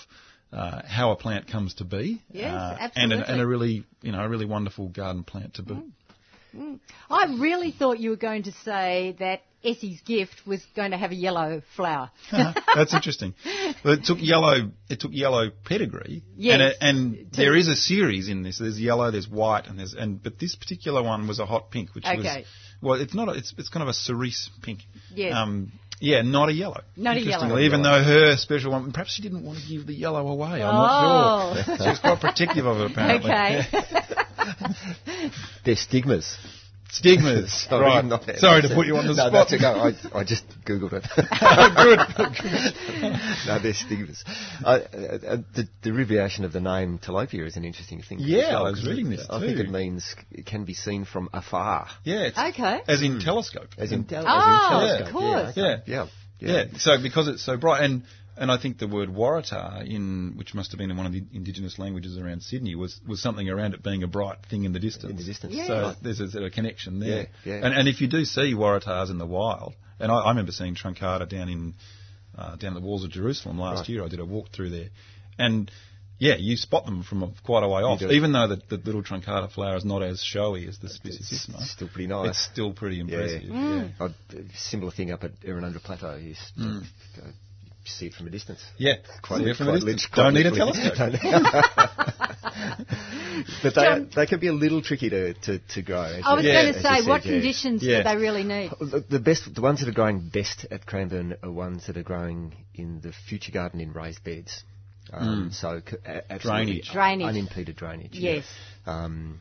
uh, how a plant comes to be. uh,
Yes,
And a, and
absolutely. Mm.
a really, you know, a really wonderful garden plant to be.
I really thought you were going to say that Essie's gift was going to have a yellow flower.
That's interesting. Well, it took yellow. It took yellow pedigree.
Yes.
And, it, and there is a series in this. There's yellow. There's white. And there's and but this particular one was a hot pink, which
Okay.
was well, it's not. A, it's it's kind of a cerise pink.
Yes.
Um, yeah, not a yellow.
Not a yellow.
Interestingly, Even though her special one, perhaps she didn't want to give the yellow away. I'm not
oh,
sure. She was quite protective of it
Oh,
apparently.
okay.
They're stigmas.
Stigmas.
Sorry,
right.
not that.
Sorry to put you on
no,
the spot. Oh,
That's okay. I, I just googled it. Good. no, they're stigmas. Uh, uh, uh, the derivation of the name tilapia is an interesting thing. as
Yeah, I
well,
was
'cause
reading
it-
this
I think
too.
it means it can be seen from afar,
Yeah. it's-
Okay.
As in telescope.
Hmm. as in, tel-
Oh,
as
of
in telescope.
course.
Yeah, okay.
Yeah.
yeah.
Yeah. So because it's so bright, and and I think the word Waratah in which must have been in one of the indigenous languages around Sydney was was something around it being a bright thing in the distance.
In the distance.
Yeah.
So there's a, a connection there.
Yeah, yeah.
And and if you do see Waratahs in the wild, and I, I remember seeing Truncata down in. uh, down at the walls of Jerusalem last year. I did a walk through there, and yeah, you spot them from a- quite a way off.
do.
Even though the, the little truncata flower is not as showy as the speciesissima,
It's still pretty nice.
it's still pretty
Yeah,
impressive.
Yeah, I'd- a similar thing up at Erinander Plateau. You s-
Mm.
uh, see it from a distance.
Yeah,
Quite,
See it from a
quite
distance.
lit- quite
Don't need a
literally.
telescope.
Don't- but they,
John-
they can be a little tricky to, to, to grow. as
I was
you-
Yeah,
going
as
to
you
say,
said,
what
yeah. Oh,
conditions
Yeah.
do they really need?
The, the best, the ones that are growing best at Cranbourne are ones that are growing in the future garden in raised beds. Um, So c- a- absolutely
Mm. Drainage.
Drainage.
unimpeded drainage. yeah.
Yes.
Um,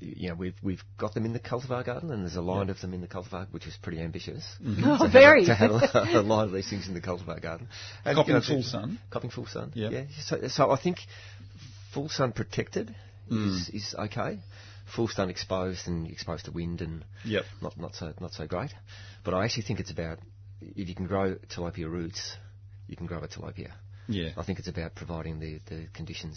y- you know, we've we've got them in the cultivar garden, and there's a line of them in the cultivar, which is pretty ambitious.
Oh,
Mm-hmm.
to have a-
very.
to have a, a lot of these things in the cultivar garden. And,
Copping
the-
full sun.
Copping full sun.
Yeah.
Yeah. So, so I think full sun protected is,
Mm.
is okay. Full sun exposed and exposed to wind and
Yep.
not not so not so great. But I actually think it's about if you can grow tilapia roots, you can grow a tilapia.
Yeah.
I think it's about providing the, the conditions.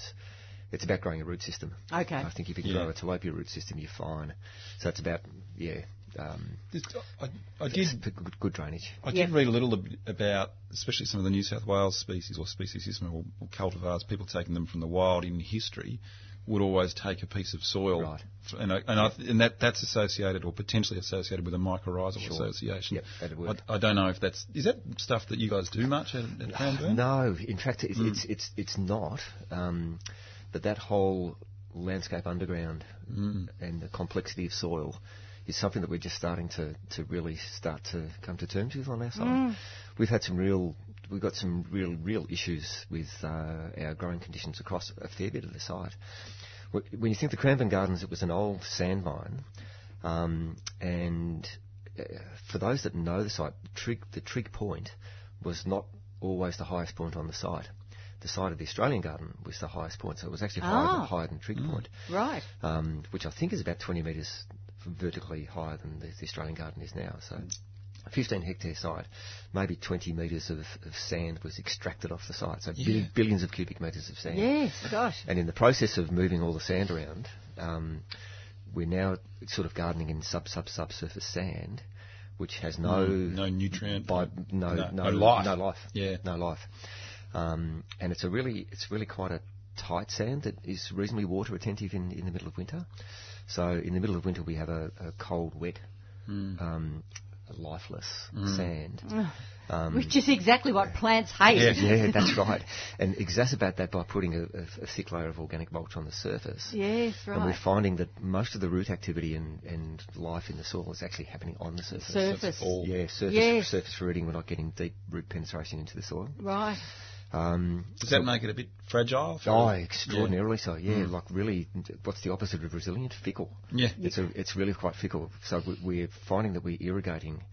It's about growing a root system.
Okay.
I think if you can
Yeah.
grow a tilapia root system, you're fine. So it's about yeah, um,
Just- I, I
it's
did
p- good, good drainage.
I
Yeah.
did read a little ab- about, especially some of the New South Wales species or species system or, or cultivars, people taking them from the wild in history would always take a piece of soil.
Right.
f- And, I, and, I, and that, that's associated or potentially associated with a mycorrhizal
Sure.
association.
Yep, that'd work.
I, I don't know if that's, is that stuff that you guys do much at, at Cranbourne?
No, in fact, it's it's, it's it's not. Um, but that whole landscape underground and the complexity of soil is something that we're just starting to, to really start to come to terms with on our side. We've had some real we've got some real real issues with uh, our growing conditions across a fair bit of the site. Wh- When you think the Cranbourne Gardens, it was an old sand mine, um, and uh, for those that know the site, Trig, the Trig Point was not always the highest point on the site. The site of the Australian Garden was the highest point, so it was actually higher,
Ah.
than, higher than Trig Point,
Right.
um, which I think is about 20 metres vertically higher than the, the Australian Garden is now. So,
Mm.
a 15 hectare site, maybe 20 metres of, of sand was extracted off the site, so billi- billions of cubic metres of sand.
Yes, gosh.
And in the process of moving all the sand around, um, we're now sort of gardening in sub sub subsurface sand, which has no
Mm, No nutrient.
by no
no-
no,
no life.
no life
Yeah.
no life, um, and it's a really it's really quite a tight sand that is reasonably water retentive in, in the middle of winter. So in the middle of winter we have a, a cold wet.
Mm.
Um, lifeless sand Um,
Which is exactly what plants hate.
yeah, that's right. And exacerbate that by putting a, a, a thick layer of organic mulch on the surface.
Yes,
And we're
right.
finding that most of the root activity and, and life in the soil is actually happening on the surface.
Surface.
all-
Yeah, surface,
Yes.
surface rooting. We're not getting deep root penetration into the soil.
Right.
Um,
Does that make it a bit fragile? for-
Oh, extraordinarily so. Yeah, like really, what's the opposite of resilient? Fickle.
Mm. Yeah.
it's a, it's really quite fickle. So we, we're finding that we're irrigating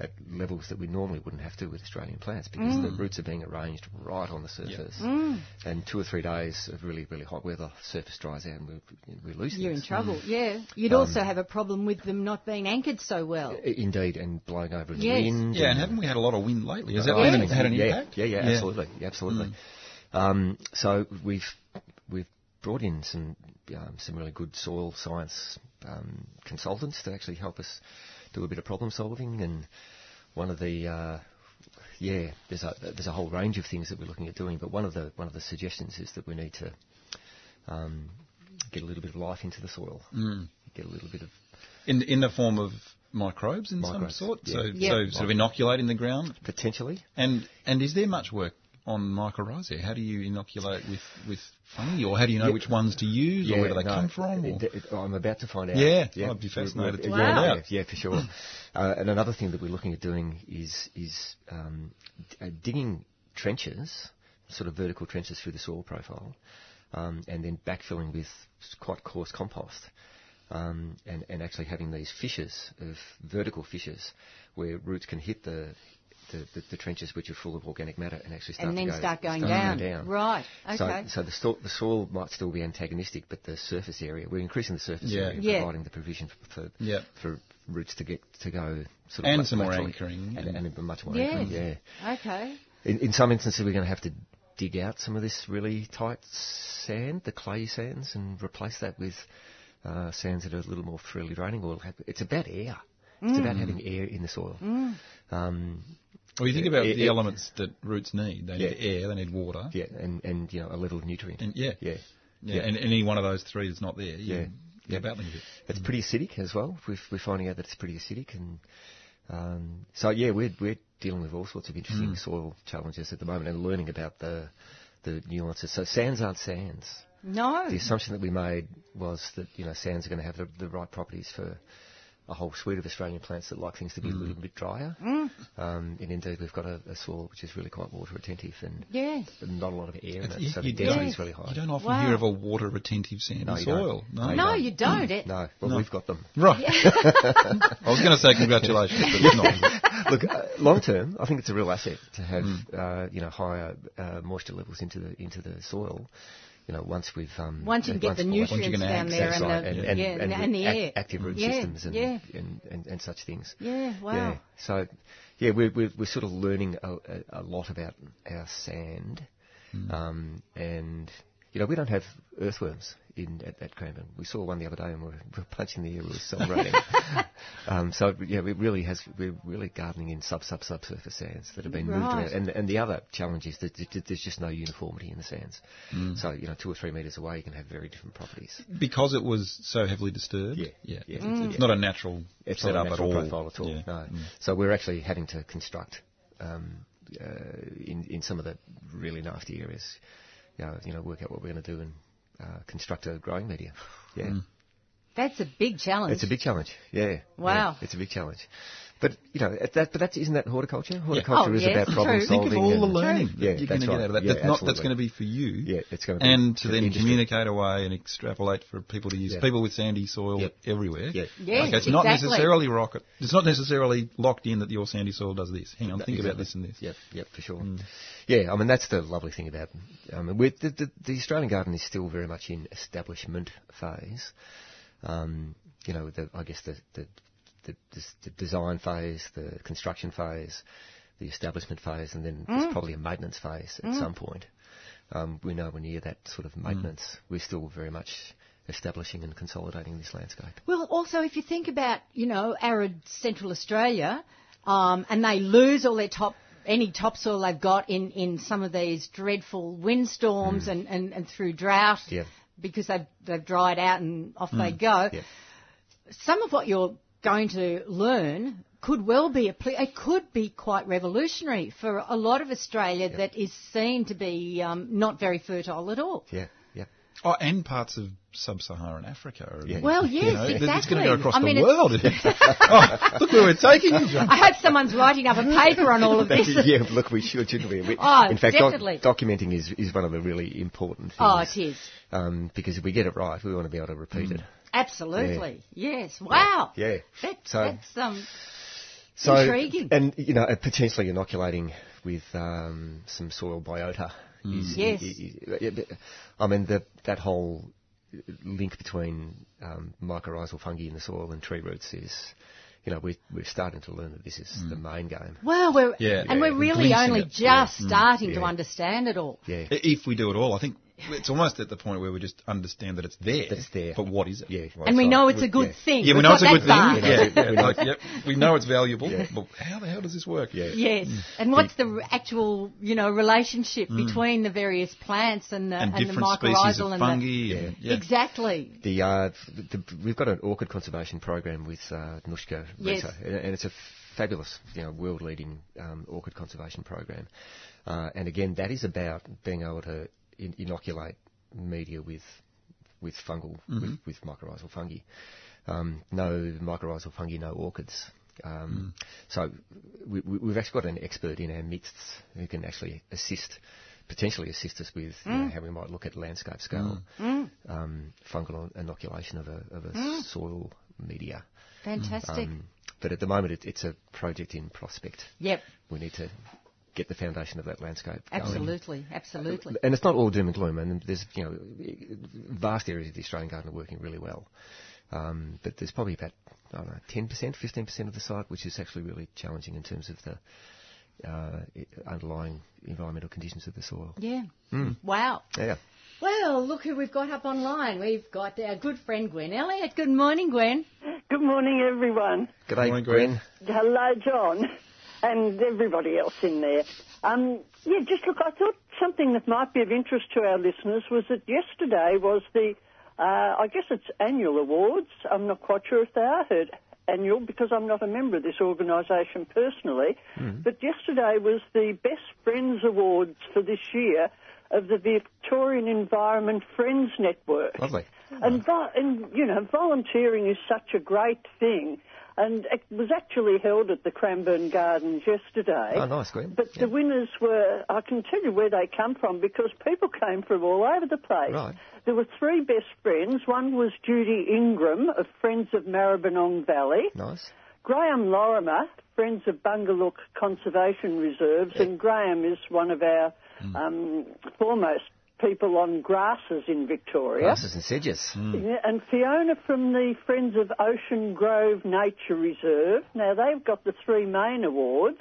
at levels that we normally wouldn't have to with Australian plants because
Mm.
the roots are being arranged right on the surface. And two or three days of really, really hot weather, surface dries out, and we, we lose
You're in
things.
trouble. Yeah. You'd
um,
also have a problem with them not being anchored so well.
I- Indeed, and blowing over in the
Yes.
wind.
Yeah, and haven't we had a lot of wind lately? Has that
Oh,
been- had an
yeah,
impact?
Yeah, yeah, absolutely, yeah, absolutely. Um, so we've we've brought in some um, some really good soil science um, consultants to actually help us do a bit of problem solving, and one of the uh, yeah, there's a there's a whole range of things that we're looking at doing, but one of the one of the suggestions is that we need to um, get a little bit of life into the soil, mm. get a little bit of
In, in the form of microbes in
Microbes,
some sort?
yeah.
So,
Yeah.
so sort of inoculating the ground?
potentially
And and is there much work on mycorrhizae? How do you inoculate with with fungi, or how do you know
Yeah.
which ones to use, or where do they
no,
come from? Or?
it- it- I'm about to find out.
Yeah, I'd be fascinated to
yeah,
find
yeah,
out.
yeah, for sure. uh, and another thing that we're looking at doing is is um, d- uh, digging trenches, sort of vertical trenches through the soil profile, um, and then backfilling with s- quite coarse compost. Um, and, and actually having these fissures of vertical fissures where roots can hit the, the, the, the trenches which are full of organic matter and actually start
and then
to go,
start going
start to
down.
go down.
Right. Okay.
So, so the, soil, the soil might still be antagonistic, but the surface area, we're increasing the surface
Yeah.
area,
Yeah.
providing the provision for, for,
Yeah.
for roots to get to go sort of
And
la-
some more
laterally.
anchoring
and,
and-
and much more
Yes.
anchoring. Yeah.
okay.
In, in some instances, we're going to have to dig out some of this really tight sand, the clay sands, and replace that with uh, sands that are a little more
Mm.
freely draining. Or have- it's about air. It's about having air in the soil. Um,
Well, you think about
It-
the
it-
elements that roots need. They need
Yeah.
air, they need water.
Yeah, and, and you know, a level of nutrient.
And yeah.
Yeah.
Yeah,
Yeah.
And, and any one of those three is not there. You
Yeah.
Go
Yeah.
about them a bit.
It's pretty acidic as well. We've, we're finding out that it's pretty acidic, and um, so yeah, we're we're dealing with all sorts of interesting
Hmm.
soil challenges at the moment and learning about the the nuances. So sands aren't sands.
No.
The assumption that we made was that you know sands are going to have the, the right properties for a whole suite of Australian plants that like things to be a
Hmm.
little bit drier. Um, and indeed, we've got a, a soil which is really quite water retentive and
Yes.
not a lot of air in it,
You-
so
you
the density
don't-
is really high.
You don't often
Wow.
hear of a water retentive sandy
No, you don't.
soil.
No, you
No,
don't.
you don't. It,
No, well, we've got them.
Right. I was going to say congratulations, but it's not.
Look, uh, long term, I think it's a real asset to have uh, you know higher uh, moisture levels into the into the soil. You know, once we've um,
Once you can get the
once-
you
nutrients
can
down
access
there
that's
and
right,
the, yeah, and, and the
ac-
air.
active root
Yeah,
systems and,
yeah.
and, and, and such things.
Yeah, wow.
Yeah. So, yeah, we're, we're, we're sort of learning a, a, a lot about our sand. Um, and, you know, we don't have earthworms in at, at Cranbourne. We saw one the other day and we were, we were punching the air, we were celebrating. um, so, yeah, it really has, we're really gardening in sub, sub, subsurface sands that have been moved
Right.
around. And, and the other challenge is that th- th- there's just no uniformity in the sands. So, you know, two or three metres away, you can have very different properties.
Because it was so heavily disturbed.
Yeah.
Yeah.
Yeah. Mm.
It's, it's not a natural
it's not
setup
a natural
at all.
profile at all.
Yeah. Mm.
No. So we're actually having to construct um, uh, in in some of the really nasty areas. You know, you know, work out what we're going to do and uh, construct a growing media. Yeah,
Mm.
That's a big challenge.
it's a big challenge. Yeah.
Wow.
Yeah, it's a big challenge. But you know, at that but that's isn't that horticulture? Horticulture
Oh,
is
yes,
about
it's
problem
true.
Think
solving.
of all the
and-
learning that
Yeah,
you're going
that's
to
right.
get out of that.
Yeah,
that's not that's
absolutely.
going to be for you.
Yeah, it's gonna be
and
for
to then
industry.
communicate away and extrapolate for people to use.
Yeah.
People with sandy soil
Yep.
everywhere.
Yeah.
Yes,
okay, it's not
exactly.
necessarily rocket. It's not necessarily locked in that your sandy soil does this. Hang on, think about this and this. Mm.
Yep, yep, for sure. Yeah, I mean that's the lovely thing about. I mean, we the, the, the Australian garden is still very much in establishment phase. Um, you know, the, I guess the the, the the the design phase, the construction phase, the establishment phase, and then
Mm.
there's probably a maintenance phase at some point. Um, we're nowhere near that sort
Mm.
of maintenance. We're still very much establishing and consolidating this landscape.
Well, also, if you think about, you know, arid Central Australia, um, and they lose all their top, any topsoil they've got in, in some of these dreadful windstorms and, and, and through drought
Hmm. Yeah. Hmm.
because they've, they've dried out and off they go.
Yeah.
Some of what you're going to learn could well be, appli- it could be quite revolutionary for a lot of Australia that is seen to be um, not very fertile at all.
Yeah, yeah.
Oh, and parts of sub-Saharan Africa. Are
Yeah.
Well,
you
yes,
know, that
exactly.
It's going to go across
I mean,
the
it's-
world. oh, look where we're taking you, John.
I hope someone's writing up a paper on all of this.
yeah, look, we should, shouldn't we? We-
Oh,
in fact, doc-
definitely.
documenting is, is one of the really important things.
Oh, Mm. it is.
Um, because if we get it right, we want to be able to repeat it.
Absolutely. Yes. Wow.
Yeah.
That,
So-
that's um.
So,
Intriguing.
And, you know, and potentially inoculating with um, some soil biota. Is,
Mm. Yes.
i- i- i- I mean, the, that whole uh, link between um, mycorrhizal fungi in the soil and tree roots is, you know, we, we're starting to learn that this is
Mm.
the main game.
Well, we're
Yeah,
and
yeah,
we're really
glimpsing
only
it.
just
Yeah.
starting to
Yeah.
understand it all.
Yeah.
I- If we do it all, I think it's almost at the point where we just understand that it's there.
That it's there.
But what is it?
Yeah.
Well,
and we
like-
know it's a good
yeah.
thing.
Yeah, we
We've
know it's a
got
good thing.
that far.
Yeah, yeah,
We know.
like, yep, we know it's valuable.
Yeah.
But how the hell does this work?
Yeah.
Yes,
Mm.
and what's the r- actual you know relationship between the various plants and the
And,
and, the
different species
mycorrhizal
of
and
fungi.
the
and- yeah.
exactly
The, uh, the, we've got an orchid conservation program with uh, Nushka
Yes.
Rita, and, and it's a fabulous, you know, world-leading um, orchid conservation program. Uh, and again, that is about being able to in- inoculate media with with fungal, with, with mycorrhizal fungi. Um, no mycorrhizal fungi, no orchids. Um, So we, we- we've actually got an expert in our midst who can actually assist, potentially assist us with you know, how we might look at landscape scale um, fungal inoculation of a, of a soil media.
Mm.
fantastic.
Um, but at the moment, it, it's a project in prospect.
yep,
We need to get the foundation of that landscape. going.
absolutely, absolutely.
And it's not all doom and gloom. And there's you know vast areas of the Australian garden are working really well. Um, but there's probably about I don't know ten percent, fifteen percent of the site which is actually really challenging in terms of the uh, i- underlying environmental conditions of the soil.
Yeah.
Mm.
Wow.
Yeah.
Well, look who we've got up online. We've got our good friend Gwen Elliott. Good morning, Gwen.
Good morning, everyone.
Good day,
Morning, Gwen.
Gwen.
Hello, Uh, John. and everybody else in there. Um, yeah, just look, I thought something that might be of interest to our listeners was that yesterday was the, uh, I guess it's annual awards. I'm not quite sure if they are heard annual because I'm not a member of this organisation personally. But yesterday was the Best Friends Awards for this year of the Victorian Environment Friends Network.
Lovely. Oh,
And, vo- and you know, volunteering is such a great thing. And it was actually held at the Cranbourne Gardens yesterday.
Oh, nice, Gwen.
But
Yeah.
the winners were, I can tell you where they come from because people came from all over the place.
Right.
There were three best friends. One was Judy Ingram of Friends of Maribyrnong Valley,
Nice.
Graham Lorimer, Friends of Bungalook Conservation Reserves, and Graham is one of our um, foremost people on grasses in Victoria.
Grasses and sedges.
Yeah, and Fiona from the Friends of Ocean Grove Nature Reserve. Now, they've got the three main awards,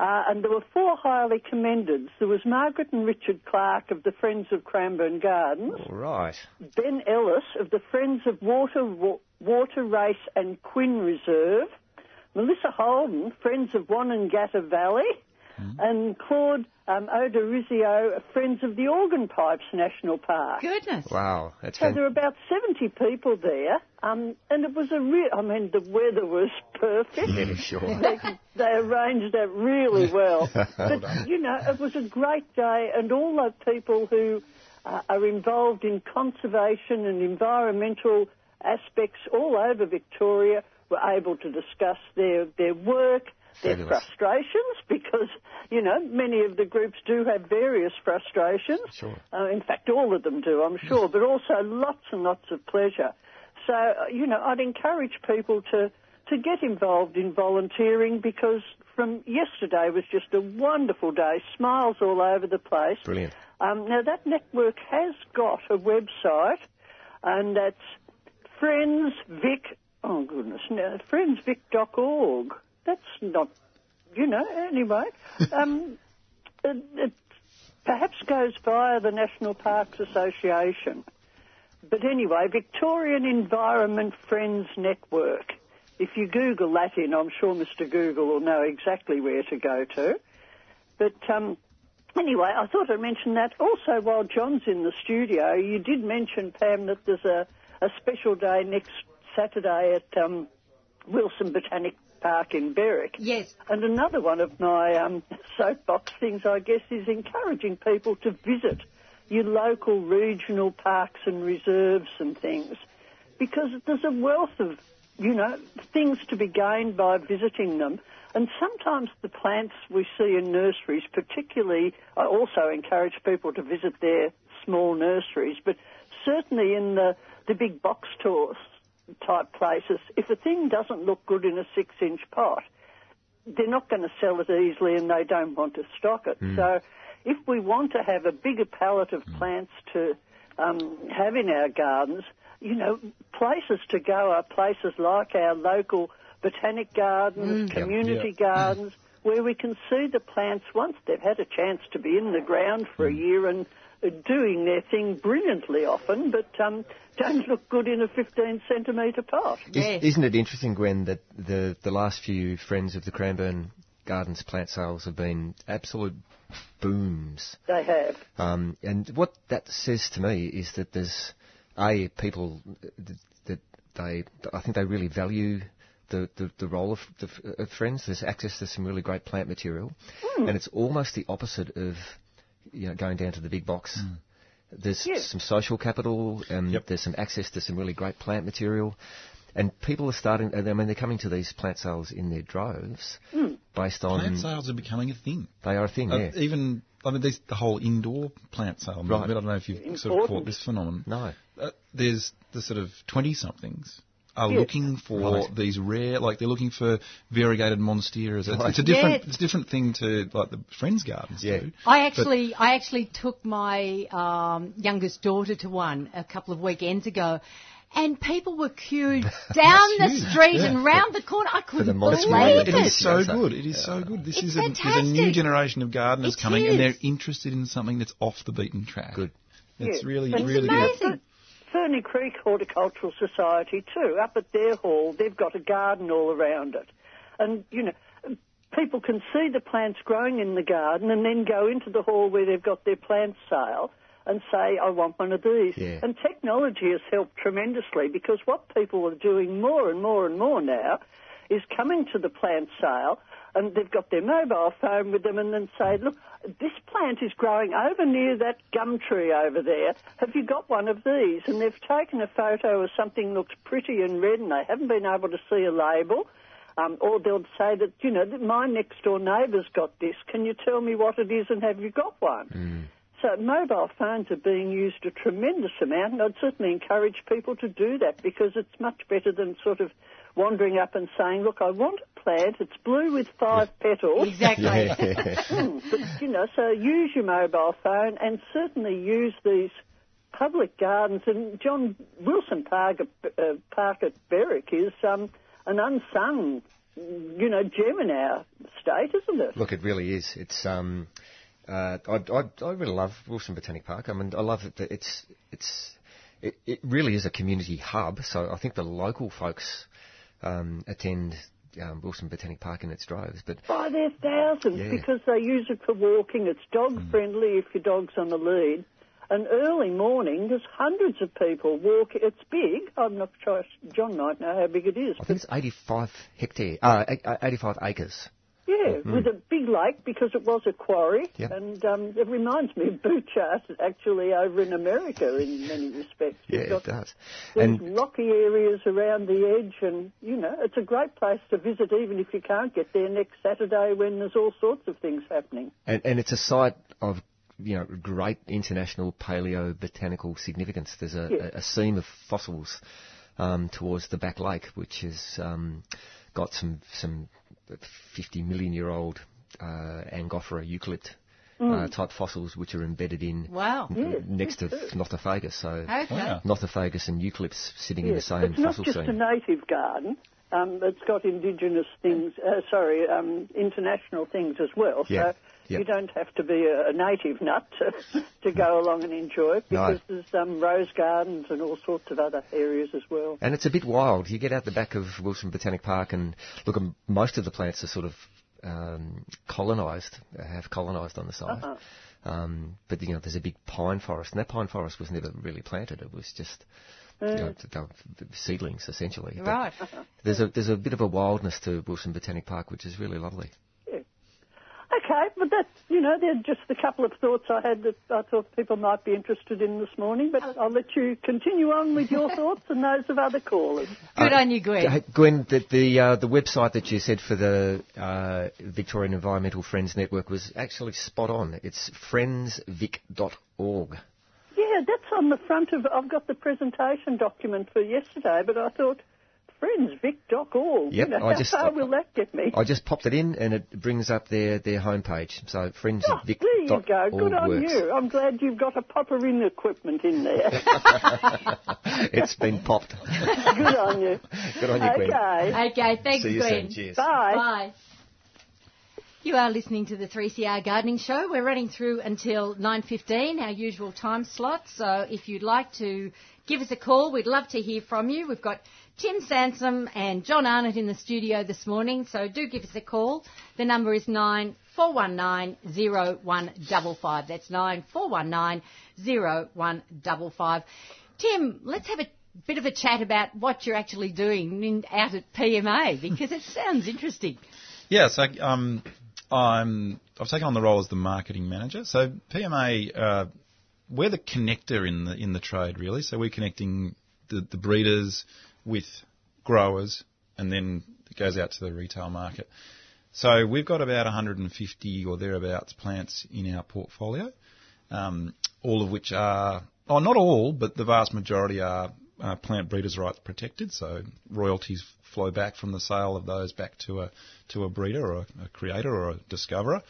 uh, and there were four highly commended. There was Margaret and Richard Clark of the Friends of Cranbourne Gardens,
All right.
Ben Ellis of the Friends of Water, Wa- Water Race and Quinn Reserve, Melissa Holden, Friends of Wanangatta Valley, and Claude um, Odorizio, uh, Friends of the Organ Pipes National Park.
Goodness.
Wow. That's
So
fan-
there were about 70 people there, um, and it was a real, I mean, the weather was perfect.
Yeah, sure.
They, they arranged that really well. But, you know, it was a great day, and all the people who uh, are involved in conservation and environmental aspects all over Victoria were able to discuss their, their work, their
Fabulous.
frustrations, because, you know, many of the groups do have various frustrations.
Sure.
Uh, in fact, all of them do, I'm sure, but also lots and lots of pleasure. So, uh, you know, I'd encourage people to, to get involved in volunteering because from yesterday was just a wonderful day, smiles all over the place.
Brilliant.
Um, now, that network has got a website, and that's friendsvic, oh goodness, no, friendsvic.org. That's not, you know, anyway. Um, it, it perhaps goes via the National Parks Association. But anyway, Victorian Environment Friends Network. If you Google that in, I'm sure Mr. Google will know exactly where to go to. But um, anyway, I thought I'd mention that. Also, while John's in the studio, you did mention, Pam, that there's a, a special day next Saturday at um, Wilson Botanic Park in Berwick.
Yes.
And another one of my um, soapbox things, I guess, is encouraging people to visit your local regional parks and reserves and things because there's a wealth of, you know, things to be gained by visiting them. And sometimes the plants we see in nurseries, particularly, I also encourage people to visit their small nurseries, but certainly in the, the big box tours type places, if a thing doesn't look good in a six inch pot, they're not going to sell it easily and they don't want to stock it. So if we want to have a bigger palette of plants to um, have in our gardens, you know, places to go are places like our local botanic gardens, community gardens, where we can see the plants once they've had a chance to be in the ground for a year and are doing their thing brilliantly often, but um, don't look good in a 15 centimetre pot.
Yes.
Is, isn't it interesting, Gwen, that the, the last few friends of the Cranbourne Gardens plant sales have been absolute booms?
They have.
Um, and what that says to me is that there's a people that, that they I think they really value the, the, the role of, the, of friends. There's access to some really great plant material, and it's almost the opposite of you know going down to the big box.
Hmm.
There's some social capital, and there's some access to some really great plant material. And people are starting. I mean, they're coming to these plant sales in their droves, based on
Plant sales are becoming a thing.
they are a thing.
Uh,
yeah.
even I mean, there's the whole indoor plant sale movement. I don't know if you've sort of caught
Important.
this phenomenon.
No.
Uh, there's the sort of twenty somethings are
Yes.
looking for
Right.
these rare, like they're looking for variegated monsteras. It's,
Right.
it's a different,
Yes.
it's a different thing to like the friends' gardens
Yeah.
do.
I actually, I actually took my um, youngest daughter to one a couple of weekends ago, and people were queued down the
huge,
street
yeah.
and round the corner. Oh, I
the
couldn't
modest
believe
moment.
It
it.
Yes,
is so
yes, I-
good. It is so good. This
It's
is a, there's a new
fantastic.
generation of gardeners
It
coming,
is.
and they're interested in something that's off the beaten track.
Good.
It's
Yeah.
really,
It's
really
amazing.
good.
Fernie Creek Horticultural Society too. Up at their hall, they've got a garden all around it, and you know, people can see the plants growing in the garden and then go into the hall where they've got their plant sale and say, I want one of these.
Yeah.
And technology has helped tremendously because what people are doing more and more and more now is coming to the plant sale and they've got their mobile phone with them and then say, look, this plant is growing over near that gum tree over there. Have you got one of these? And they've taken a photo of something looks pretty and red and they haven't been able to see a label. Um, or they'll say that, you know, that my next door neighbour's got this. Can you tell me what it is and have you got one? So mobile phones are being used a tremendous amount, and I'd certainly encourage people to do that because it's much better than sort of wandering up and saying, "Look, I want a plant. It's blue with five petals."
Exactly.
Hmm, but, you know, so use your mobile phone and certainly use these public gardens. And John Wilson Park, at- uh, Park at Berwick is um, an unsung, you know, gem in our state, isn't it?
Look, it really is. It's um, uh, I, I I really love Wilson Botanic Park. I mean, I love it. that It's it's it, it really is a community hub. So I think the local folks um, attend um, Wilson Botanic Park and its droves, but
by their thousands
Yeah. Mm.
because they use it for walking. It's dog friendly if your dog's on the lead. And early morning, there's hundreds of people walk. It's big. I'm not sure. John might know how big it is.
I think it's 85 hectare, uh, eight- uh, 85 acres.
Yeah,
Mm-hmm.
with a big lake because it was a quarry.
Yeah.
And um, it reminds me of Bouchard, actually, over in America in many respects.
Yeah,
You've got
it does.
these
And
rocky areas around the edge, and you know, it's a great place to visit, even if you can't get there next Saturday when there's all sorts of things happening.
And, and it's a site of you know great international paleo botanical significance. There's a,
Yes.
a, a seam of fossils um, towards the back lake, which has um, got some some 50 million year old uh, Angophora eucalypt. Uh, type fossils which are embedded in
Wow.
n- next to Nothofagus, so
Okay.
Wow.
Nothofagus and eucalypts sitting in the
Yes,
same
it's not
fossil
just
seam.
a native garden. Um, it's got indigenous things, uh, sorry, um, international things as well.
Yeah,
So
yeah.
you don't have to be a, a native nut to, to go along and enjoy it
No.
because there's um, rose gardens and all sorts of other areas as well.
And it's a bit wild. You get out the back of Wilson Botanic Park and look, um, most of the plants are sort of um, colonised, have colonised on the side. Um, but, you know, there's a big pine forest, and that pine forest was never really planted. It was just, you know, they were seedlings, essentially. But
Right.
There's a, there's a bit of a wildness to Wilson Botanic Park, which is really lovely.
Okay, but that, you know, they're just the couple of thoughts I had that I thought people might be interested in this morning, but I'll let you continue on with your thoughts and those of other callers.
Good
Uh,
on you, Gwen.
Hey, Gwen, the the, uh, the website that you said for the uh, Victorian Environmental Friends Network was actually spot on. It's friendsvic.org.
Yeah, that's on the front of. I've got the presentation document for yesterday, but I thought, friendsvic.org.
Yep,
you know,
I
how
just-
far will that get me?
I just popped it in and it brings up their, their homepage. So
Oh, there you go. Good on
friendsvic.org works.
you. I'm glad you've got a popper in equipment in there.
It's been popped.
Good on you.
Good on you, Gwen.
Okay.
Okay, thanks,
See you
Gwen.
soon. Cheers.
Bye.
Bye. You are listening to the 3CR Gardening Show. We're running through until 9.15, our usual time slot. So if you'd like to give us a call, we'd love to hear from you. We've got Tim Sansom and John Arnott in the studio this morning. So do give us a call. The number is 94190155. That's 94190155. Tim, let's have a bit of a chat about what you're actually doing in, out at PMA because it sounds interesting.
Yeah, so um, I'm, I've taken on the role as the marketing manager. So PMA, uh, we're the connector in the in the trade really. So we're connecting the, the breeders with growers, and then it goes out to the retail market. So we've got about 150 or thereabouts plants in our portfolio, um, all of which are, oh, not all, but the vast majority are uh, plant breeders' rights protected. So royalties flow back from the sale of those back to a to a breeder or a, a creator or a discoverer,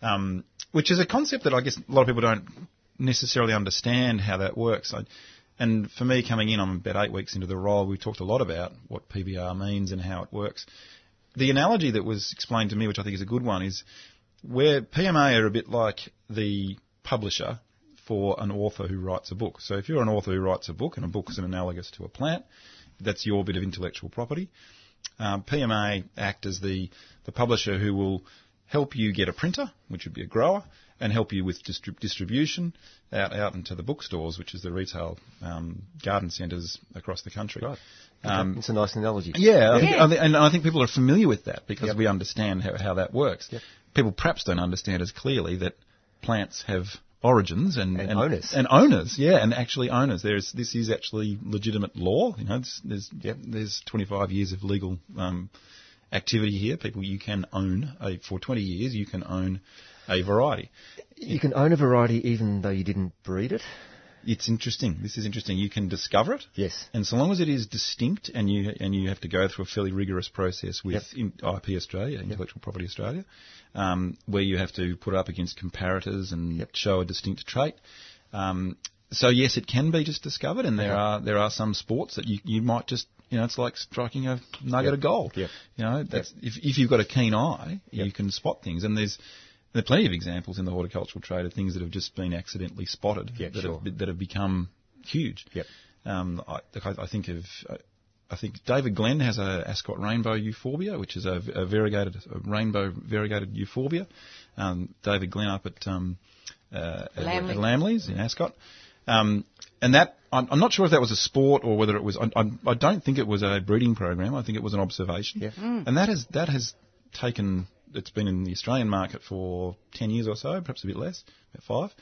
um, which is a concept that I guess a lot of people don't necessarily understand how that works. I, and for me, coming in, I'm about eight weeks into the role. We talked a lot about what PBR means and how it works the analogy that was explained to me, which I think is a good one, is where PMA are a bit like the publisher for an author who writes a book. So if you're an author who writes a book and a book is an analogous to a plant, that's your bit of intellectual property. Um, PMA act as the, the publisher who will help you get a printer, which would be a grower, and help you with distrib- distribution out, out into the bookstores, which is the retail um, garden centres across the country.
Right.
Um,
it's a nice analogy.
yeah, I think,
Yeah.
I thi- and I think people are familiar with that because
Yep.
we understand how, how that works.
Yep.
People perhaps don't understand as clearly that plants have origins and,
And owners.
and owners, yeah, and actually owners. There's this is actually legitimate law. You know, it's, there's
Yep.
there's 25 years of legal um, activity here. People, you can own a, for 20 years. You can own a variety.
You can own a variety even though you didn't breed it.
It's interesting. This is interesting. You can discover it.
Yes.
And so long as it is distinct and you and you have to go through a fairly rigorous process with
Yep.
in- IP Australia, Intellectual Property Australia, um, where you have to put up against comparators and
Yep.
show a distinct trait. Um, so yes, it can be just discovered, and there
Yeah.
are there are some sports that you, you might just you know it's like striking a nugget
Yep.
of gold.
Yep.
You know that's if if you've got a keen eye, you
Yep.
can spot things, and there's. There are plenty of examples in the horticultural trade of things that have just been accidentally spotted
Yeah,
that,
sure.
have, be- that have become huge.
Yep.
Um, I, look, I, I think of, I- I think David Glenn has a Ascot rainbow euphorbia, which is a, a variegated a rainbow variegated euphorbia. Um, David Glenn up at um, uh, at-
Lamley.
at Lamley's in Ascot, um, and that I'm, I'm not sure if that was a sport or whether it was. I, I, I don't think it was a breeding program. I think it was an observation.
Yeah.
And that has that has taken. It's been in the Australian market for ten years or so, perhaps a bit less, about five.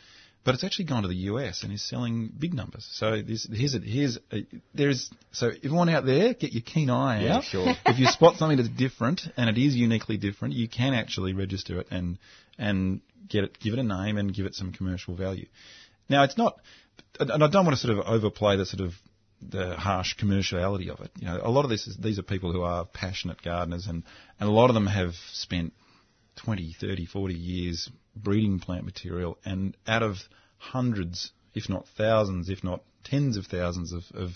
But it's actually gone to the US and is selling big numbers. So this, here's a, here's a, there's so everyone out there, get your keen eye
Yeah,
out.
sure.
if you spot something that's different and it is uniquely different, you can actually register it and and get it, give it a name and give it some commercial value. Now it's not, and I don't want to sort of overplay the sort of the harsh commerciality of it. You know, a lot of this is these are people who are passionate gardeners, and and a lot of them have spent 20, 30, 40 years breeding plant material, and out of hundreds, if not thousands, if not tens of thousands of, of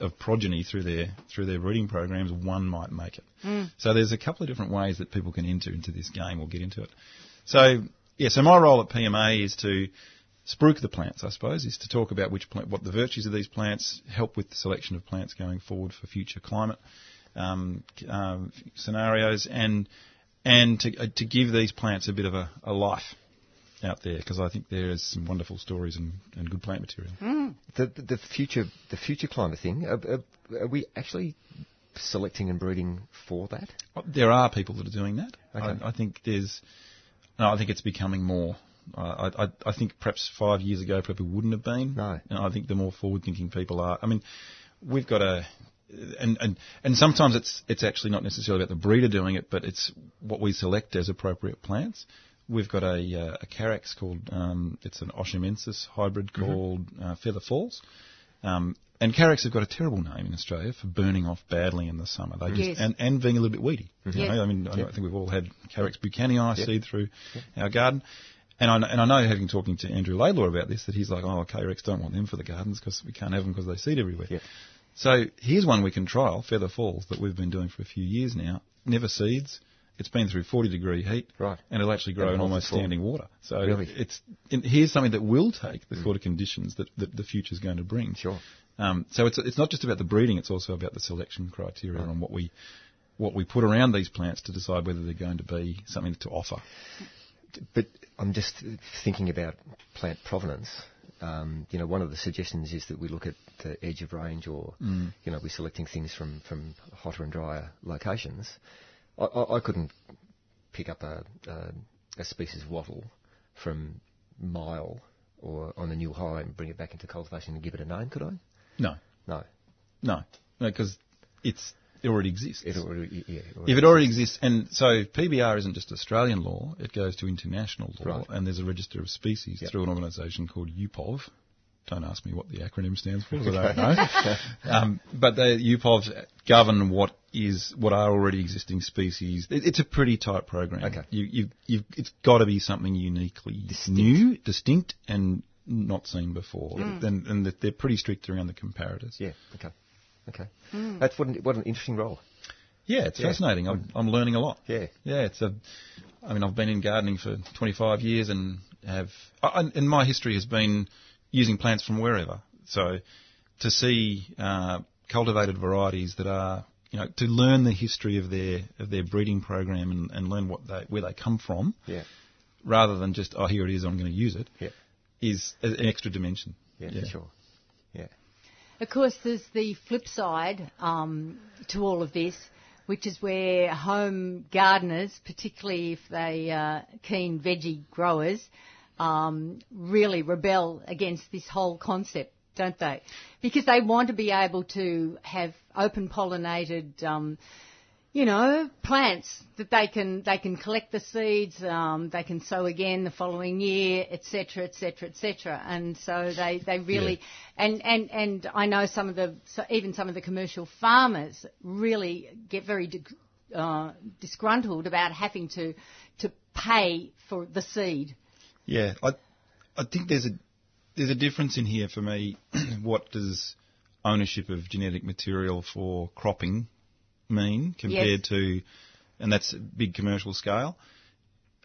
of progeny through their through their breeding programs, one might make it. So there's a couple of different ways that people can enter into this game or get into it. So yeah, so my role at PMA is to spruik the plants, I suppose, is to talk about which plant, what the virtues of these plants, help with the selection of plants going forward for future climate um, c- um, scenarios, and and to uh, to give these plants a bit of a, a life out there because I think there is some wonderful stories and, and good plant material.
The the future the future climate thing. Are, are, are we actually selecting and breeding for that?
There are people that are doing that.
Okay.
I, I think there's. No, I think it's becoming more. I, I, I think perhaps five years ago, probably wouldn't have been.
No.
And I think the more forward-thinking people are. I mean, we've got a, and and and sometimes it's it's actually not necessarily about the breeder doing it, but it's what we select as appropriate plants. We've got a uh, a Carax called um, it's an Oschimensis hybrid
Mm-hmm.
called uh, Feather Falls. Um, and Carracks have got a terrible name in Australia for burning off badly in the summer. They just,
Yes.
and, and being a little bit weedy. you
Yes.
know. I mean, I don't think we've all had Carracks buchanii seed through our garden. And I, kn- and I know, having talking to Andrew Laidlaw about this, that he's like, oh, Carracks don't want them for the gardens because we can't have them because they seed everywhere.
Yeah.
So here's one we can trial, Feather Falls, that we've been doing for a few years now. Never seeds. It's been through 40 degree heat.
Right.
And it'll actually grow
And
in
holds
almost
its form.
standing water. So
Really? Mm.
it's, and here's something that will take the sort of conditions that, that the future's going to bring.
Sure.
Um, so it's it's not just about the breeding; it's also about the selection criteria and what we what we put around these plants to decide whether they're going to be something to offer.
But I'm just thinking about plant provenance. Um, you know, one of the suggestions is that we look at the edge of range, or
Mm.
you know, we're selecting things from from hotter and drier locations. I, I, I couldn't pick up a, a a species of wattle from Mile or on the New High and bring it back into cultivation and give it a name, could I?
No,
No.
no, no, because it's it already exists.
It already, yeah,
if it already exists, and so PBR isn't just Australian law; it goes to international law,
Right.
and there's a register of species
Yep.
through an organisation called UPOV. Don't ask me what the acronym stands for; 'cause I don't know. um, but the UPOV govern what is what are already existing species. It, it's a pretty tight program.
Okay.
you, you, you've, it's got to be something uniquely new, distinct, and not seen before. And, and that they're pretty strict around the comparators.
Mm. Yeah. Okay. Okay. That's what an, what an interesting role.
Yeah, it's
Yeah.
fascinating. I'm, I'm learning a lot.
Yeah.
Yeah, it's a. I mean, I've been in gardening for 25 years and have. I, I- and my history has been using plants from wherever. So to see uh, cultivated varieties that are you know, to learn the history of their of their breeding program and, and learn what they where they come from,
Yeah.
rather than just oh here it is I'm going to use it,
Yeah.
is a- an extra dimension.
Yeah,
Yeah.
for sure. Yeah.
Of course, there's the flip side um, to all of this, which is where home gardeners, particularly if they are keen veggie growers, um, really rebel against this whole concept, don't they? Because they want to be able to have open pollinated. Um, you know, plants that they can they can collect the seeds, um, they can sow again the following year, etc., etc., etc. And so they they really, and and and I know some of the so even some of the commercial farmers really get very dig- uh, disgruntled about having to to pay for the seed.
Yeah, I I think there's a there's a difference in here for me. what does ownership of genetic material for cropping mean compared to, and that's a big commercial scale.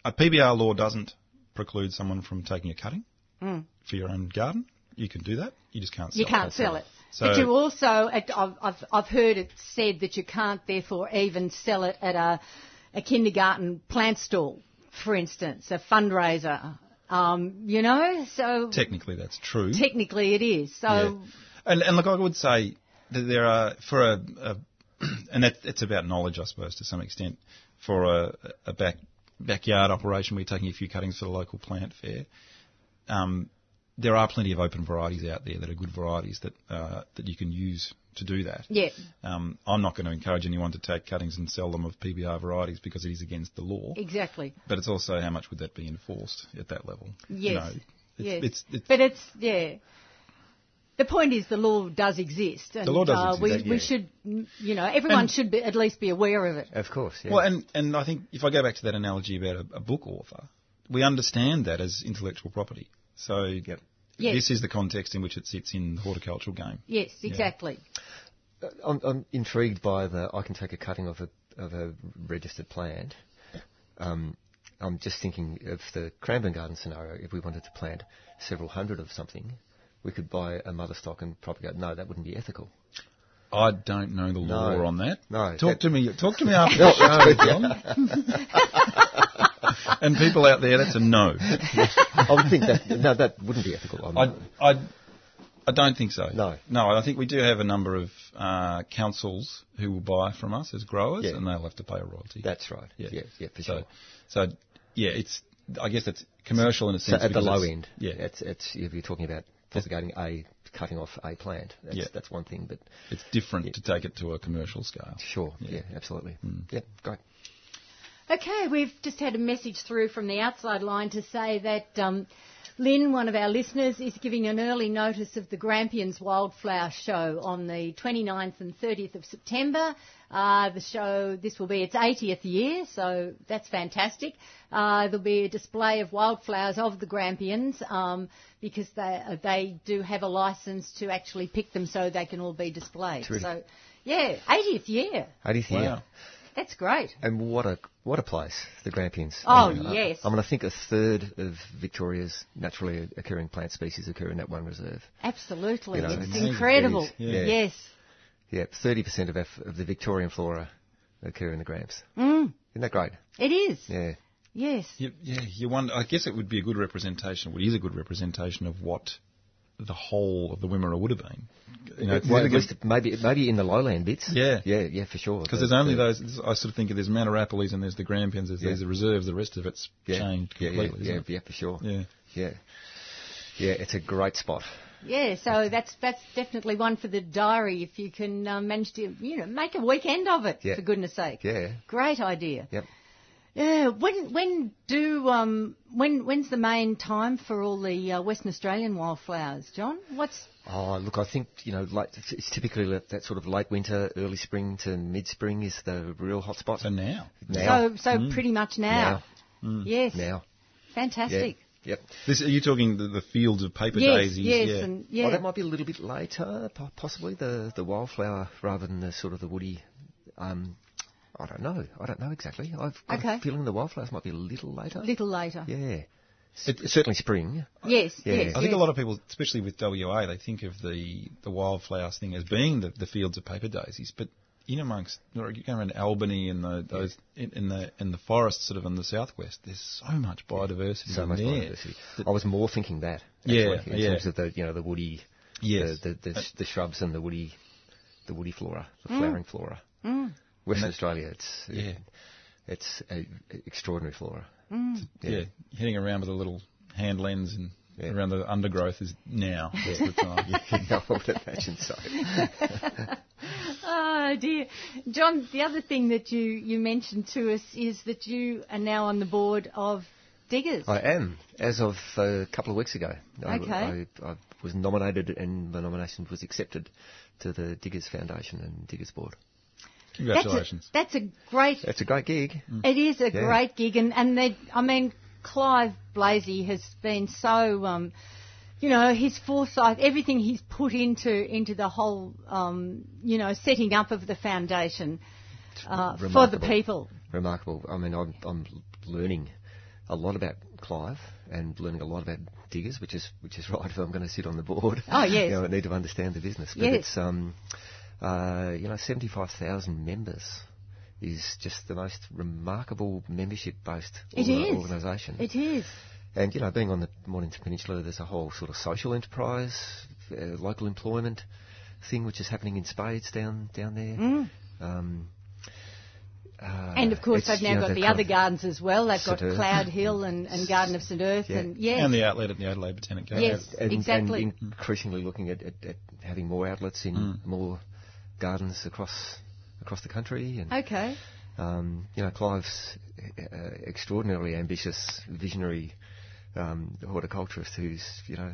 A PBR law doesn't preclude someone from taking a cutting for your own garden. You can do that. You just can't. Sell
Mm. You can't
it.
sell it.
So-
but you also, I've, I've, I've heard it said that you can't therefore even sell it at a, a kindergarten plant stall, for instance, a fundraiser. Um, you know, so
Technically, that's true.
technically it is. So
Yeah. And, and look, I would say that there are for a, a and that, it's about knowledge, I suppose, to some extent. For a, a back backyard operation, we're taking a few cuttings for the local plant fair. Um, there are plenty of open varieties out there that are good varieties that uh, that you can use to do that.
Yeah.
Um, I'm not going to encourage anyone to take cuttings and sell them of PBR varieties because it is against the law.
exactly.
But it's also how much would that be enforced at that level? You
Yes.
know, it's,
yes.
it's, it's,
but it's, yeah. The point is the law does exist. And,
law does
uh,
exist,
we,
yeah.
we should, you know, everyone
And-
should be, at least be aware of it.
Of course. Yeah.
Well, and, and I think if I go back to that analogy about a, a book author, we understand that as intellectual property. So
Yes.
this is the context in which it sits in the horticultural game.
Yes, exactly.
I'm, I'm intrigued by the I can take a cutting of a of a registered plant. Um, I'm just thinking of the Cranbourne garden scenario. If we wanted to plant several hundred of something, we could buy a mother stock and propagate. No, that wouldn't be ethical.
I don't know the law on that.
No,
Talk
that-
to me. Talk to me after the show, John. and people out there, that's a no.
I would think that no, that wouldn't be ethical. I'm-
I, I, I don't think so.
No.
No, I think we do have a number of uh, councils who will buy from us as growers,
Yeah.
and they'll have to pay a royalty.
that's right. Yeah, yeah, for
so,
sure.
So, yeah, it's. I guess it's commercial in a
So
sense.
at the
because
low
it's-
end,
Yeah,
it's it's if you're talking about propagating a cutting off a plant, that's,
Yeah.
that's one thing. But
it's different to take it to a commercial scale.
sure, yeah, absolutely,
Mm.
yeah, great.
Okay, we've just had a message through from the outside line to say that um, Lynn, one of our listeners, is giving an early notice of the Grampians Wildflower Show on the 29th and 30th of September. Uh, the show, this will be its 80th year, so that's fantastic. Uh, there'll be a display of wildflowers of the Grampians um, because they, uh, they do have a license to actually pick them so they can all be displayed.
Terrific.
So, yeah, 80th year.
How do you think?
Wow.
That's great.
And what a what a place, the Grampians.
Oh,
I mean, I-
yes.
I, mean, I think a third of Victoria's naturally occurring plant species occur in that one reserve.
Absolutely.
You know,
it's
amazing.
incredible.
It is, yeah.
Yes.
Yeah, 30% of, our, f- of the Victorian flora occur in the Gramps.
Mm.
Isn't that great?
It is.
Yeah.
Yes.
You, yeah, you wonder. I guess it would be a good representation. Well, it is a good representation of what the whole of the Wimmera would have been. You know, it's
Well,
never
at
gonna-
least maybe maybe in the lowland bits.
Yeah.
yeah, yeah, for sure.
Because there's only those. I sort of think of there's Manarapolis and there's the Grampians, there's, there's the reserves. The rest of it's
yeah,
changed
yeah,
completely.
Yeah, yeah,
isn't it?
yeah, for sure.
Yeah.
yeah, yeah. It's a great spot.
Yeah. So that's that's definitely one for the diary if you can uh, manage to you know make a weekend of it
Yeah.
for goodness sake.
Yeah.
Great idea.
Yep.
Yeah. When when do um when when's the main time for all the uh, Western Australian wildflowers, John? What's
Oh, look, I think, you know, like, it's- it's typically that, that sort of late winter, early spring to mid-spring is the real hot spot.
So now,
now, Mm.
so so pretty much now. Yes.
now. Yeah.
Fantastic.
Yep.
this, are you talking the, the fields of paper
Yes,
daisies?
yes,
yeah.
and yeah.
Oh, that might be a little bit later, po- possibly the the wildflower rather than the sort of the woody. Um, I don't know. I don't know exactly. I've got
Okay.
a feeling the wildflowers might be a little later.
little later.
Yeah. It, certainly spring.
Yes,
Yeah.
yes.
I think
yes.
a lot of people, especially with WA, they think of the, the wildflowers thing as being the, the fields of paper daisies, but in amongst, or you go around Albany and the, those in, in the in the forest, sort of in the southwest. There's so much biodiversity.
so
in
much
there.
biodiversity.
that-
I was more thinking that
Yeah,
actually, in
yeah.
terms of the you know the woody,
Yes. Uh,
the the, the, sh- the shrubs and the woody, the woody flora, the
Mm.
flowering flora. Western Australia, it's
Yeah.
it's a, extraordinary flora.
Mm.
yeah. heading around with a little hand lens and
Yeah.
around the undergrowth is now. That's the time.
I would imagine so.
Oh dear, John. The other thing that you you mentioned to us is that you are now on the board of Diggers.
I am, as of a couple of weeks ago. I,
Okay.
I, I was nominated, and my nomination was accepted to the Diggers Foundation and Diggers Board.
that's a,
Congratulations.
that's a great
It's a great gig.
Mm.
It is a
Yeah.
great gig, and and they, I mean, Clive Blasey has been so, um, you know, his foresight, everything he's put into into the whole, um, you know, setting up of the foundation uh, for the
remarkable.
people.
remarkable. I mean, I'm, I'm learning a lot about Clive and learning a lot about diggers, which is which is right if I'm going to sit on the board.
Oh, yes.
you know, I need to understand the business. But
Yes.
it's um, uh, you know, 75,000 members is just the most remarkable membership-based
It
orga-
is.
organisation.
It is.
And you know, being on the Mornington Peninsula, there's a whole sort of social enterprise, uh, local employment thing which is happening in spades down down there. Um, uh,
And of course,
it's,
they've
you
now
know,
got
that
the
kind
other
of-
gardens as well. They've got
St. Earth.
Cloud Hill and, and Garden of St Earth,
Yeah.
and yes,
and the outlet at the Adelaide Botanic Garden.
yes,
uh, and,
exactly.
and increasingly looking at, at, at having more outlets in
Mm.
more gardens across across the country. And
okay.
um, you know, Clive's uh, extraordinarily ambitious, visionary um, horticulturist who's you know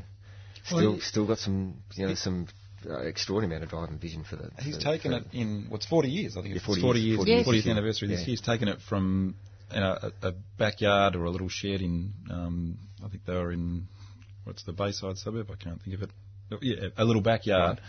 still
Well, he-
still got some you know some uh, extraordinary amount of drive and vision for the.
He's
for-
taken
for-
it in what's 40 years. I think
Yeah,
it's
40
40
years,
years,
40
years
40th
this year.
anniversary this
Yeah.
year. He's taken it from you know, a, a backyard or a little shed in, um, I think they were in what's the Bayside suburb? I can't think of it. Oh, Yeah, a little backyard.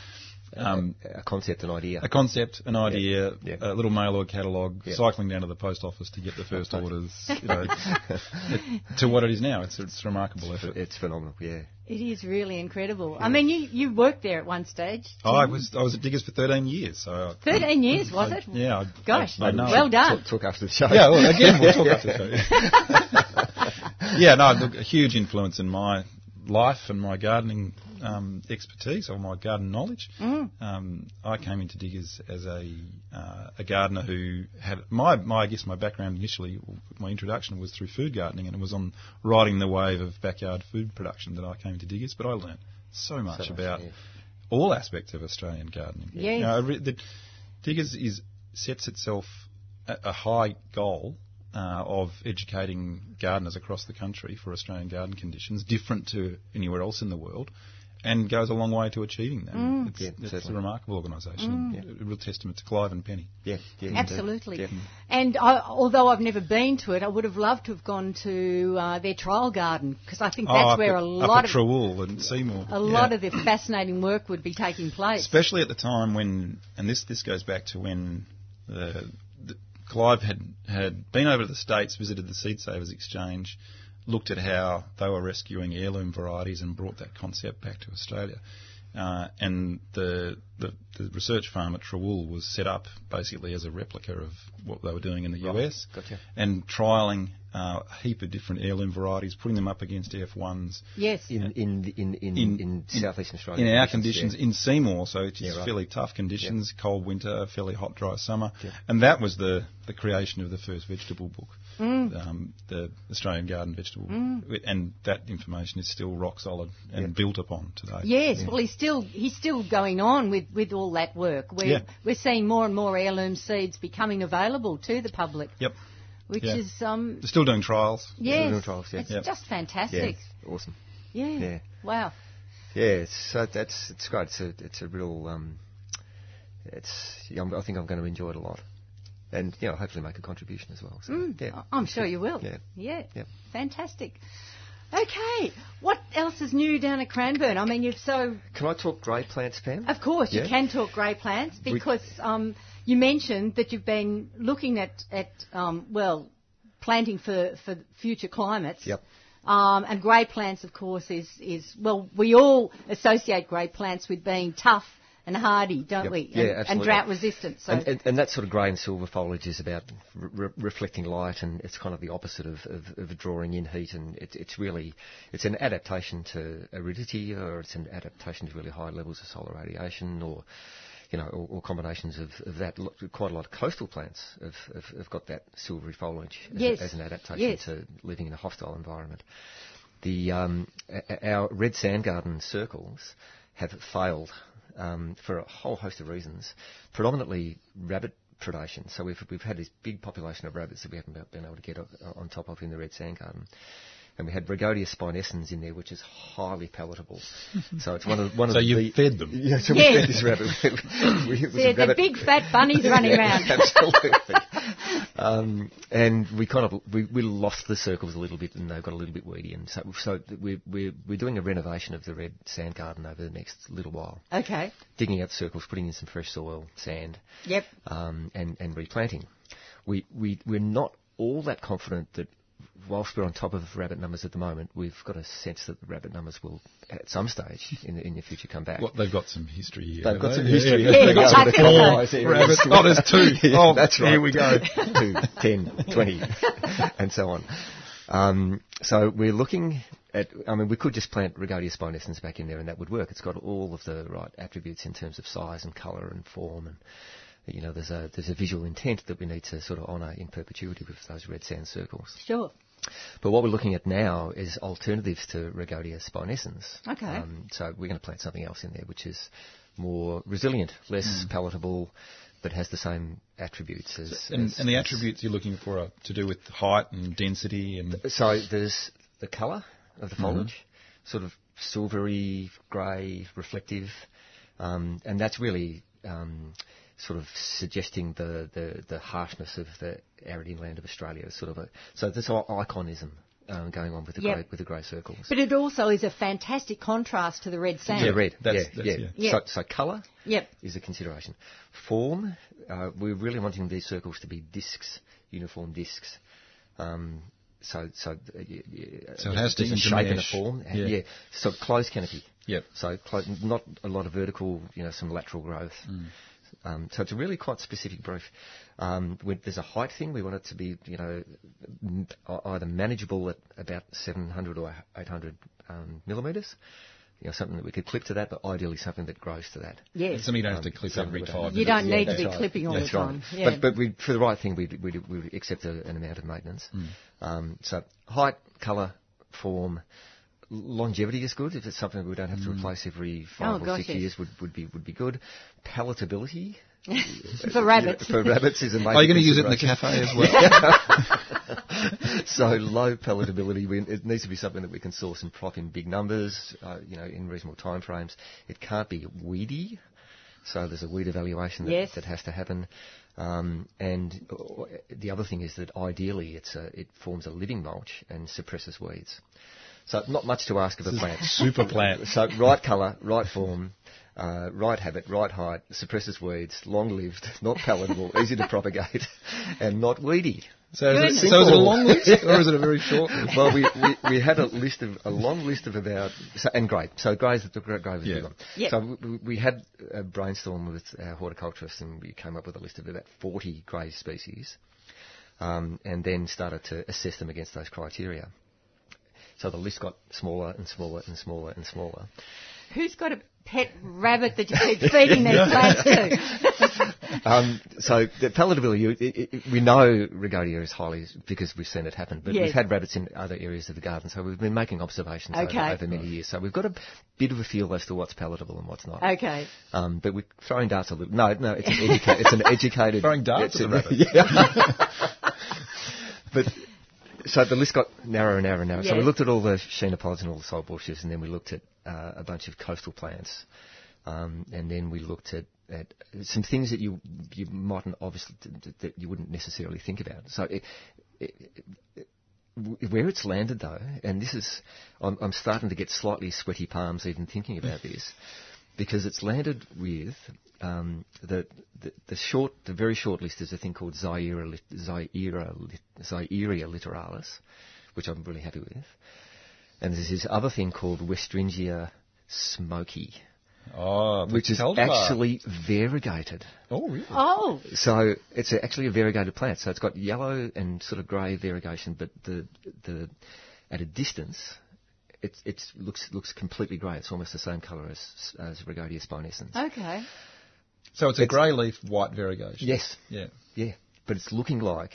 Um,
a concept, an idea.
a concept, an idea,
Yeah.
a little mail order catalogue,
Yeah.
cycling down to the post office to get the first orders, you know, it- to what it is now. It's, it's a remarkable effort.
it's phenomenal, yeah.
It is really incredible. I mean, you you worked there at one stage.
I was I was at Diggers for 13 years, so I,
Thirteen years was
I-
it?
yeah, I,
Gosh,
I, I know.
well done.
Talk, talk after the show.
Yeah, well, again, we'll talk after the show. yeah, no, look, a huge influence in my life and my gardening um, expertise or my garden knowledge. Um, I came into Diggers as a uh, a gardener who had my, my I guess my background initially, my introduction was through food gardening, and it was on riding the wave of backyard food production that I came to Diggers. But I learned so much
much,
about
yeah.
all aspects of Australian gardening.
Yes.
You know, I re- the Diggers is sets itself a, a high goal uh, of educating gardeners across the country for Australian garden conditions, different to anywhere else in the world, and goes a long way to achieving that.
Mm.
It's,
Yeah,
it's a
certainly.
remarkable organisation, a real testament to Clive and Penny.
yeah, yeah, indeed.
Absolutely.
Yeah.
And I, although I've never been to it, I would have loved to have gone to uh, their trial garden because I think that's
Oh, up
where
at,
a
up
lot
at
of
Trewell and Seymour.
a lot of the fascinating work would be taking place.
Especially at the time when, and this, this goes back to when the, the, Clive had, had been over to the States, visited the Seed Savers Exchange, looked at how they were rescuing heirloom varieties and brought that concept back to Australia. Uh, and the, the the research farm at Trewell was set up basically as a replica of what they were doing in the US,
gotcha.
and trialing uh, a heap of different heirloom varieties, putting them up against F1s,
yes.
In, in, in, in,
In-
in, southeast Australia.
in our conditions in Seymour, so it's
Yeah, right.
fairly tough conditions, cold winter, fairly hot, dry summer,
Yeah.
and that was the, the creation of the first vegetable book, um, the Australian Garden Vegetable, Book. and that information is still rock solid and built upon today.
Yes, well, he's still he's still going on with, with all that work. We're
Yeah.
we're seeing more and more heirloom seeds becoming available to the public,
Yep.
which
Yeah.
is um
They're still doing trials.
yes,
trials, yeah.
it's
Yep.
just
Yeah,
fantastic.
awesome.
Yeah.
Yeah.
Wow.
Yeah, it's, so that's it's great. It's a, it's a real. Um, it's yeah, I'm, I think I'm going to enjoy it a lot, and you know, hopefully make a contribution as well. So, yeah.
I- I'm sure you will.
Yeah.
Yeah.
Yep.
Fantastic. Okay. What else is new down at Cranbourne? I mean, you've so
Can I talk grey plants, Pam?
Of course, you
Yeah.
can talk grey plants
We-
because um, you mentioned that you've been looking at, at um, well, planting for, for future climates.
Yep.
Um, and grey plants, of course, is, is well, we all associate grey plants with being tough and hardy, don't
Yep.
we?
Yeah,
and, And
absolutely.
drought resistant. So
And, and, and that sort of grey and silver foliage is about re- re- reflecting light, and it's kind of the opposite of, of, of drawing in heat. And it, it's really it's an adaptation to aridity, or it's an adaptation to really high levels of solar radiation, or you know, or, or combinations of, of that. Lo- Quite a lot of coastal plants have, have, have got that silvery foliage as, a-
Yes.
as an adaptation
Yes.
to living in a hostile environment. The um, a- a- our red sand garden circles have failed um, for a whole host of reasons, predominantly rabbit predation. So we've we've had this big population of rabbits that we haven't been able to get o- on top of in the red sand garden. And we had Brigonia spinescens in there, which is highly palatable. so it's one of one
So
of
you
the
fed them?
Yeah, so we
Yes.
fed this rabbit. We- it was a
they're, they're
rabbit-
big fat bunnies running around.
Absolutely. um, and we kind of we, we lost the circles a little bit, and they got a little bit weedy. And so so we're we're, we're doing a renovation of the red sand garden over the next little while,
Okay.
digging out the circles, putting in some fresh soil, sand,
Yep.
um, and and replanting. We we we're not all that confident that. Whilst we're on top of rabbit numbers at the moment, we've got a sense that the rabbit numbers will, at some stage in the, in the future, come back.
What, they've got some history here.
They've
have
got
they?
some history.
Yeah,
Yeah,
They've
yeah,
got some
I
of the
think
four
so.
rabbits. Oh, there's two.
Yeah,
oh,
that's right.
Here we go.
Two, 10, 20, and so on. Um, so we're looking at, I mean, we could just plant Regalia spinescens back in there and that would work. It's got all of the right attributes in terms of size and colour and form and, you know, there's a, there's a visual intent that we need to sort of honour in perpetuity with those red sand circles.
Sure.
But what we're looking at now is alternatives to Regodia spinescens. Um,
Okay.
so we're going to plant something else in there which is more resilient, less palatable, but has the same attributes as.
And,
as-
and the
as-
attributes you're looking for are to do with height and density and
So there's the colour of
Mm-hmm.
the foliage, sort of silvery, grey, reflective, um, and that's really um, sort of suggesting the, the, the harshness of the arid inland of Australia. Sort of a so there's i- iconism. Um, going on with the
Yep.
grey, with the grey circles.
But it also is a fantastic contrast to the red sand.
Yeah, red.
that's-
yeah,
that's-
yeah.
yeah.
So, so colour
Yep.
is a consideration. Form, uh, we're really wanting these circles to be discs, uniform discs. Um, so, so, uh, y- y-
So it has to
there's a shape and a
intermesh.
form.
Yeah.
Yeah. So closed canopy.
Yep.
So clo- not a lot of vertical, you know, some lateral growth.
Mm.
Um, so it's a really quite specific brief. Um, with, there's a height thing. We want it to be, you know, m- e-, either manageable at about 700 or 800 um, millimetres. You know, something that we could clip to that, but ideally something that grows to that.
Yes.
something you don't have to clip
Some
every
would
time.
have-
You don't
Yeah,
need to
that's
be
right.
clipping all
That's
the
right.
time. Yeah.
But, but we, for the right thing, we'd, we'd, we'd accept a, an amount of maintenance. Um, so height, colour, form, longevity is good. If it's something we don't have to replace every
Oh,
five or
gosh,
six
yes.
years, would, would be would be good. Palatability
for rabbits.
for rabbits is a major
Are you going to use it in the
consideration.
cafe as well?
So low palatability, we, it needs to be something that we can source and prop in big numbers, uh, you know, in reasonable timeframes. It can't be weedy, so there's a weed evaluation that,
Yes.
that has to happen. Um, and uh, the other thing is that ideally it's a, it forms a living mulch and suppresses weeds. So not much to ask of a plant.
Super plant.
So right colour, right form, uh, right habit, right height, suppresses weeds, long-lived, not palatable, easy to propagate, and not weedy.
So is, it,
Good.
so is it a long list or is it a very short list?
Well, we, we, we had a list of a long list of about so, and grey. So grey's the grey was the
Yeah.
big one.
Yeah.
So we, we had a brainstorm with our horticulturists, and we came up with a list of about forty grey species, um, and then started to assess them against those criteria. So the list got smaller and smaller and smaller and smaller.
Who's got a pet rabbit that you keep feeding these plants to?
Um, so the palatability, it, it, it- we know Regalia is highly because we've seen it happen, but
Yes.
we've had rabbits in other areas of the garden, so we've been making observations over-
Okay.
over, many years. So we've got a bit of a feel as to what's palatable and what's not.
Okay.
Um, but we're throwing darts a little. No, no, it's an, educa- it's an educated.
Throwing darts
it's
at
a-
the rabbit.
Yeah. but so the list got narrower and narrower and narrower. So we
Yes.
looked at all the xenopods and all the soil bushes, and then we looked at uh, a bunch of coastal plants, um, and then we looked at, at some things that you you mightn't obviously that you wouldn't necessarily think about. So it, w- where it's landed though, and this is, I'm, I'm starting to get slightly sweaty palms even thinking about this, because it's landed with um, the, the the short, the very short list is a thing called Zaira lit, Zaira lit, Zaira literalis, which I'm really happy with, and there's this other thing called Westringia smoky.
Oh, the
which is
Telfer.
actually variegated.
Oh, really?
Oh,
So it's a, actually a variegated plant. So it's got yellow and sort of grey variegation, but the the at a distance, it it's, looks looks completely grey. It's almost the same colour as as Rigodia spinescens.
okay.
So it's a
It's-
grey leaf white variegation.
Yes,
Yeah.
yeah, but it's looking like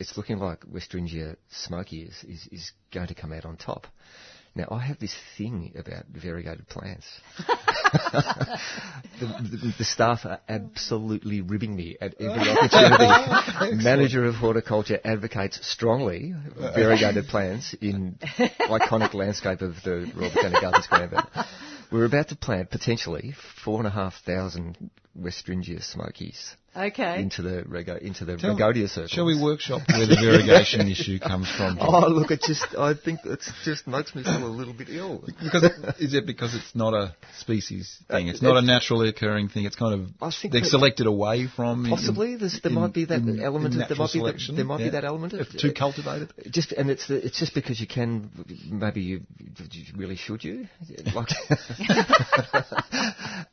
it's looking like Westringia smoky is, is is going to come out on top. Now I have this thing about variegated plants. the, the, the staff are absolutely ribbing me at every opportunity. Manager of horticulture advocates strongly variegated plants in iconic landscape of the Royal Botanic Gardens, Granby. We're about to plant potentially four and a half thousand Westringia smokies
Okay.
into the rego- into the
Tell-
Rigodia circle.
Shall we workshop where the variegation issue comes from?
Oh, look! It just I think it just makes me feel a little bit ill.
Because it, is it because it's not a species thing? It's not a naturally occurring thing. It's kind of
I think
they've
that-
selected away from in-
Possibly there's, there
in-
might be that
in-
element.
in
of, there
natural
might be that,
selection,
there might
yeah.
be that element of
If too cultivated.
Just and it's the, it's just because you can. Maybe you, you really should you. Like,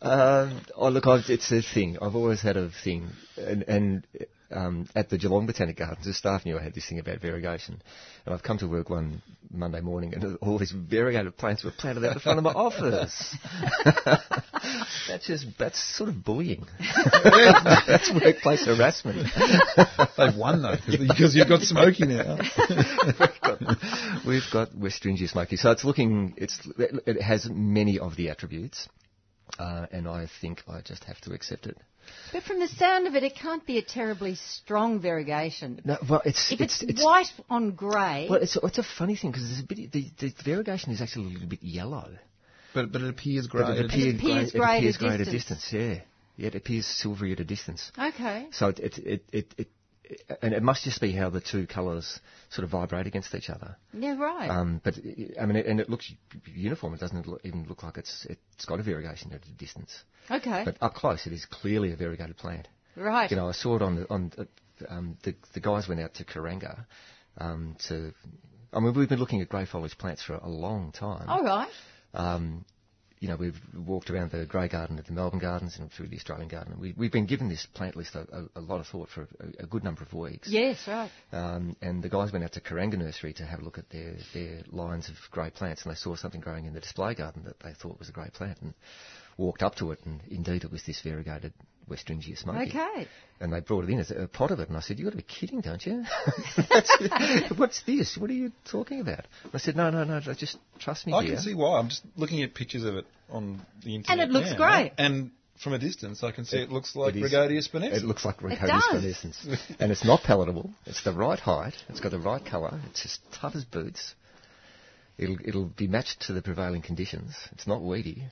um, oh look, I've, it's a thing. I've always had a thing, and, and um, at the Geelong Botanic Gardens, the staff knew I had this thing about variegation. And I've come to work one Monday morning, and all these variegated plants were planted out the front of my office. that's just that's sort of bullying. that's workplace harassment.
They've won though because you've got smoky now.
We've got Westringia smoky, so it's looking. It's it has many of the attributes, uh, and I think I just have to accept it.
But from the sound of it, it can't be a terribly strong variegation.
No, well, it's
If it's, white on grey,
well, it's, it's a funny thing because there's a bit. The, the variegation is actually a little bit yellow.
But but it appears grey.
But it appears,
appears grey
grey,
at a
it appears grey at a
distance.
distance. Yeah, yeah, it appears silvery at a distance.
okay.
So it it it. it, it and it must just be how the two colours sort of vibrate against each other.
Yeah, right.
Um, but it- I mean, it, and it looks uniform. It doesn't lo- even look like it's it's got a variegation at a distance.
okay.
uh, But up close, it is clearly a variegated plant.
right.
You know, I saw it on the, on the, um, the the guys went out to Karanga um, to. I mean, we've been looking at grey foliage plants for a long time.
All right.
Um, you know, we've walked around the Grey Garden at the Melbourne Gardens and through the Australian Garden. We, we've been given this plant list a, a, a lot of thought for a, a good number of weeks.
Yes, right.
Um, and the guys went out to Karanga Nursery to have a look at their, their lines of grey plants, and they saw something growing in the display garden that they thought was a grey plant, and walked up to it, and indeed it was this variegated Westringia smoky.
Okay.
And they brought it in as a pot of it, and I said, "You've got to be kidding, don't you? That's- What's this? What are you talking about?" And I said, "No, no, no. Just trust me,
I
dear."
can see why. I'm just looking at pictures of it on the internet.
it looks
now.
great.
And from a distance, I can see it, looks like
It is-
Brigadia spinifex.
It looks like Ricotta
does.
senescence. and it's not palatable. It's the right height. It's got the right colour. It's as tough as boots. It'll, it'll be matched to the prevailing conditions. It's not weedy.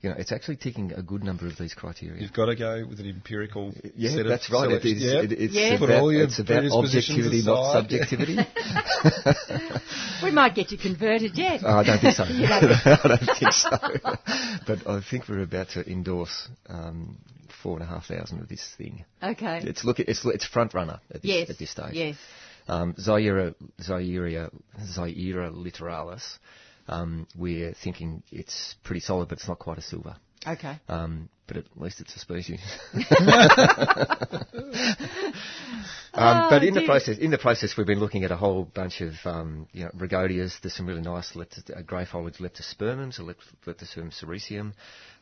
You know, it's actually ticking a good number of these criteria.
You've got to go with an empirical.
Yeah,
set of
that's right. It
selection.
is,
Yeah.
it, it's,
Yeah.
Put
about,
all your
it's about
predispositions
objectivity,
aside.
not subjectivity.
We might get you converted yet.
Oh, I don't think so. I don't think so. but I think we're about to endorse um, four and a half thousand of this thing.
okay.
It's look, it's it's front runner at this,
yes.
at Uh, this stage.
Yes.
Um, Zaira, Zaira, Zaira literalis, um, we're thinking it's pretty solid, but it's not quite a silver.
Okay.
Um, but at least it's a species.
Oh,
um, but in
dear.
the process, in the process, we've been looking at a whole bunch of um, you know, Rigodias. There's some really nice lept- uh, grey foliage leptospermums, a lept- leptospermum ceresium,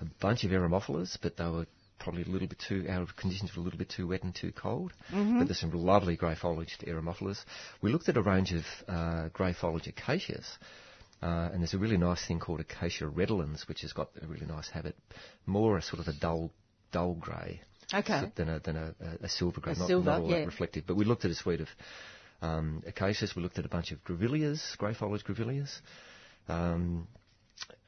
a bunch of aromophilus, but they were probably a little bit too our conditions were a little bit too wet and too cold.
Mm-hmm.
But there's some lovely grey foliage aromophilus. We looked at a range of uh, grey foliage acacias. Uh, and there's a really nice thing called Acacia redolens, which has got a really nice habit, more a sort of a dull, dull grey
Okay.
than a than a, a- a silver grey,
A
not,
silver,
not all
yeah.
that reflective. But we looked at a suite of um, acacias. We looked at a bunch of grevilleas, grey foliage grevilleas. Um,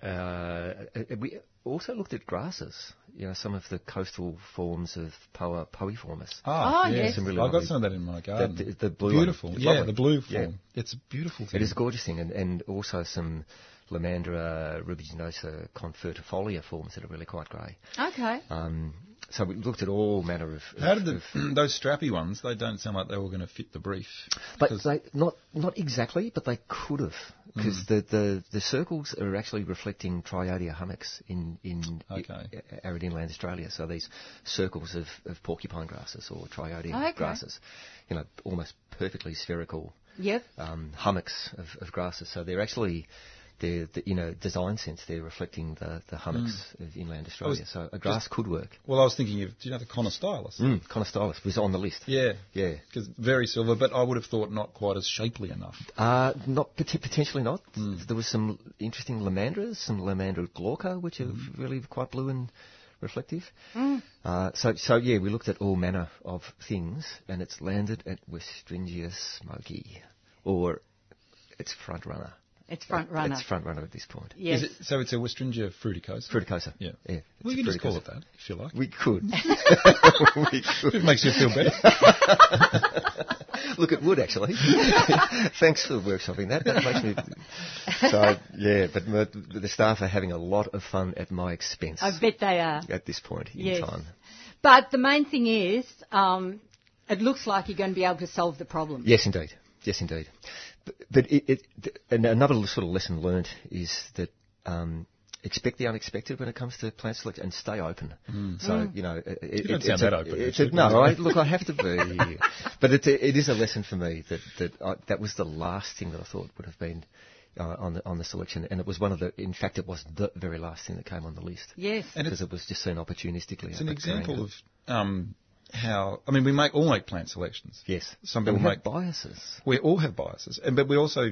uh, uh, we also looked at grasses. You know, some of the coastal forms of Poa poiformis.
Ah,
Oh, yes.
Some really
I've
I've
got
got
some
some of that in my garden.
the- the blue one.
beautiful.
It's
Yeah,
lovely.
the blue
Yeah.
form. It's a beautiful thing.
It is a gorgeous thing, and, and also some Lamandra rubiginosa confertifolia forms that are really quite grey.
Okay.
Um, so we looked at all manner of.
How
of-
did the,
of-
those strappy ones? They don't sound like they were going to fit the brief.
But
'Cause-
they, not not exactly, but they could have because the, the, the circles are actually reflecting Triodia hummocks in in i-
Okay.
a- arid inland Australia. So these circles of, of porcupine grasses or Triodia
Okay.
grasses, you know, almost perfectly spherical
Yep.
um, hummocks of, of grasses. So they're actually they're the, you know design sense they're reflecting the the hummocks of inland Australia. So a grass could work.
well, I was thinking of do you know the conostylus?
Mm, Conostylus was on the list.
Yeah,
Yeah.
because very silver, but I would have thought not quite as shapely enough.
Uh, not pot- potentially not.
Hmm.
There was some interesting lamandras, some lamandra glauca, which are
Hmm.
really quite blue and reflective. Uh, so, so yeah, we looked at all manner of things, and it's landed at Westringia smoky, or it's front runner.
It's front runner.
It's front runner at this point.
yes.
Is it, so it's a Westringia fruticosa.
Fruticosa.
Yeah.
yeah.
we
it's
can
a
just call
fruticosa.
it that if you like.
We could. we
If
could.
it makes you feel better.
Look, it would actually. Thanks for workshopping that. That makes me. So yeah, but my, the staff are having a lot of fun at my expense
I bet they are.
at this point in
Yes.
time.
But the main thing is, um, it looks like you're going to be able to solve the problem.
Yes, indeed. Yes, indeed. But, but it, it, th- and another l- sort of lesson learnt is that um, expect the unexpected when it comes to plant selection and stay open. So you know, it, it,
Mm. don't
it's
sound
a-
that open,
It's
actually.
a, no, I, look, I have to be, but it, it is a lesson for me that that I, that was the last thing that I thought would have been. Uh, on the on the selection, and it was one of the. In fact, it was the very last thing that came on the list
Yes.
And
because it was just seen opportunistically.
It's an example of um, how I mean we make all make plant selections.
yes.
Some
But
people
we have
make
biases.
we all have biases, and but we also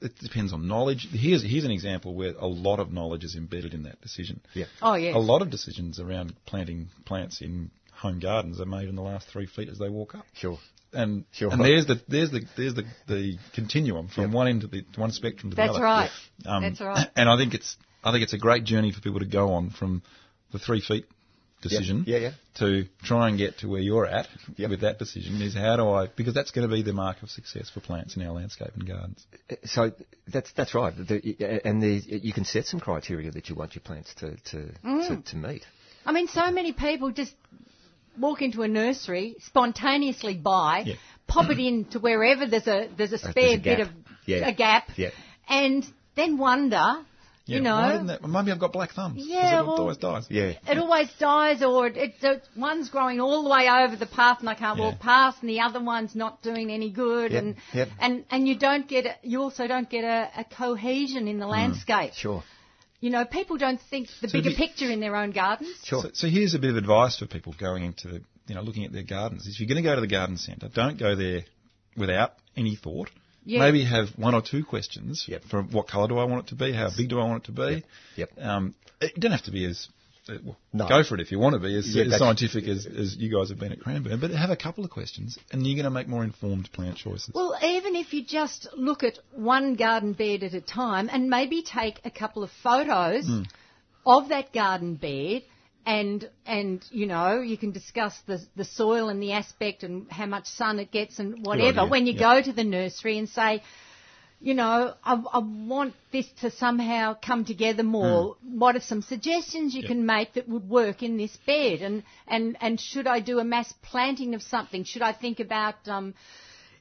it depends on knowledge. Here's here's an example where a lot of knowledge is embedded in that decision.
Yeah.
Oh, yes.
A lot of decisions around planting plants in home gardens are made in the last three feet as they walk up.
Sure.
And
Sure.
and there's the there's the there's the, the continuum from one end to the one spectrum to the
That's
other.
right.
Um,
That's right.
And I think it's I think it's a great journey for people to go on from the three feet decision
Yeah, yeah.
to try and get to where you're at
Yep.
with that decision is how do I because that's going to be the mark of success for plants in our landscape and gardens.
So that's that's right, the, and the, you can set some criteria that you want your plants to to, to, to meet.
I mean, so many people just walk into a nursery, spontaneously buy,
Yeah.
pop it in to wherever there's a there's a
a
spare bit
gap.
of
Yeah.
a gap,
Yeah.
and then wonder, you know,
why didn't that, well, maybe I've got black thumbs. 'cause
Yeah,
it
well-
always dies.
Yeah,
it always dies, or it, it, it- one's growing all the way over the path and I can't
Yeah.
walk past, and the other one's not doing any good,
Yep,
and
yep.
and and you don't get a, you also don't get a, a cohesion in the
Mm.
landscape.
sure,
You know, people don't think the bigger
if you-
picture in their own gardens.
sure.
So, so here's a bit of advice for people going into the, you know, looking at their gardens. If you're going to go to the garden centre, don't go there without any thought.
Yeah.
Maybe have one or two questions.
Yep.
For what colour do I want it to be? How big do I want it to be?
Yep, yep.
Um, it don't have to be as uh, well,
No.
go for it if you want to be as,
Yeah,
as
that's-
scientific as, as you guys have been at Cranbourne, but have a couple of questions and you're going to make more informed plant choices.
Well, even if you just look at one garden bed at a time and maybe take a couple of photos
Hmm.
of that garden bed and and you know you can discuss the the soil and the aspect and how much sun it gets and whatever
idea,
when you
yeah.
go to the nursery and say you know I, I want this to somehow come together more
Hmm.
what are some suggestions you can make that would work in this bed and and and should I do a mass planting of something should I think about um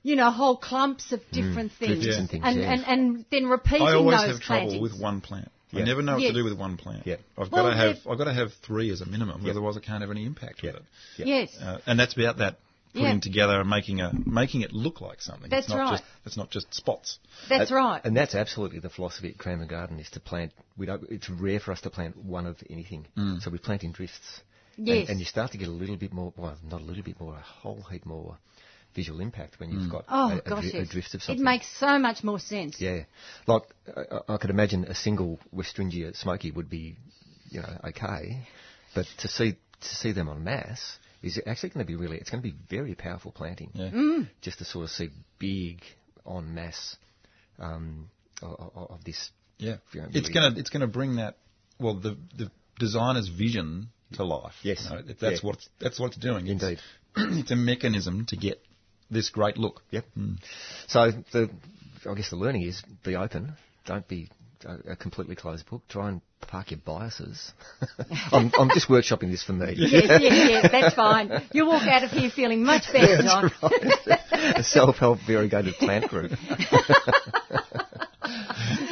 you know, whole clumps of
Hmm.
different things,
Yeah. and
things,
and,
yeah.
and and then repeating
I always
those
have trouble
plantings.
with one plant. I
Yeah.
never know what
Yes.
to do with one plant.
Yeah.
I've
Well,
got to have
if-
I've got to have three as a minimum, otherwise I can't have any impact
Yeah.
with it.
Yes,
Uh, and that's about that putting
Yeah.
together and making a making it look like something.
That's
it's not
right.
Just, it's not just spots.
that's
Uh,
right.
And that's absolutely the philosophy at Cranmer Garden is to plant. We don't. It's rare for us to plant one of anything, so we plant in drifts. And-
Yes.
and, you start to get a little bit more. Well, not a little bit more, a whole heap more visual impact when you've got
oh
a, a
gosh,
dri- a
yes.
drift of
it
something.
makes so much more sense.
Yeah, like I- I, I could imagine a single Westringia smoky would be, you know, okay, but to see to see them on mass is actually going to be really. It's going to be very powerful planting.
Yeah.
Just to sort of see big on mass um, of, of this.
Yeah,
you know,
it's
really-
gonna it's gonna bring that well the the designer's vision to life.
Yes.
you know, that- that's
Yeah.
what that's what it's doing. It's-
Indeed.
It's, a mechanism to get this great look. Hmm.
Yep. So the I guess the learning is be open. Don't be a, a completely closed book. Try and park your biases. I'm, I'm just workshopping this for me.
Yes, yes, yes, that's fine. You'll walk out of here feeling much better, John.
a self-help variegated plant group.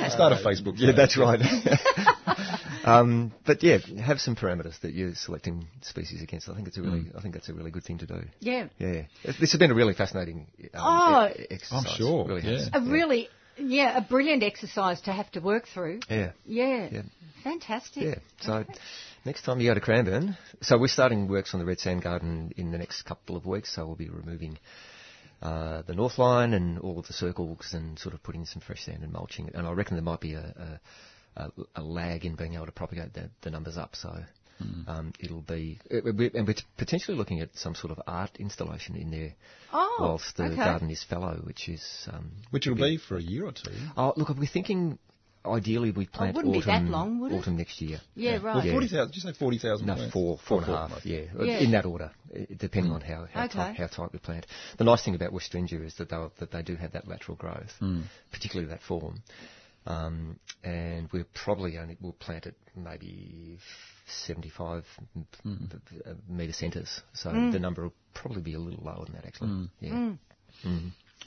Start a Facebook.
Yeah, that's right. um, but yeah, have some parameters that you're selecting species against. I think it's a really,
Mm.
I think that's a really good thing to do.
Yeah.
Yeah, It's- this has been a really fascinating um,
Oh.
e- exercise.
I'm sure,
Really
yeah.
has.
A really, yeah, a brilliant exercise to have to work through.
Yeah.
Yeah.
Yeah.
Fantastic.
Yeah. So next time you go to Cranbourne, so we're starting works on the Red Sand Garden in the next couple of weeks. So we'll be removing uh, the north line and all of the circles and sort of putting in some fresh sand and mulching. it. And I reckon there might be a, a, a, a lag in being able to propagate the, the numbers up. So.
Mm.
Um, it'll be, it, we- and we're potentially looking at some sort of art installation in there,
Oh,
whilst the
okay.
garden is fallow, which is um,
Which will be for a year or two.
Oh, look, we're thinking ideally we
Oh,
plant
wouldn't be
autumn,
that long, would it?
autumn next year.
Yeah,
Well,
right.
forty thousand. Just say forty thousand.
No, four, four and a half. Yeah,
Yeah.
in that order, i- depending on how how,
Okay.
tight, how tight we plant. The nice thing about West Ginger is that they that they do have that lateral growth, particularly that form. Um, and we're probably only we'll plant it maybe 75 m- p- uh, metre centres, so
Hmm.
the number will probably be a little lower than that actually. Yeah.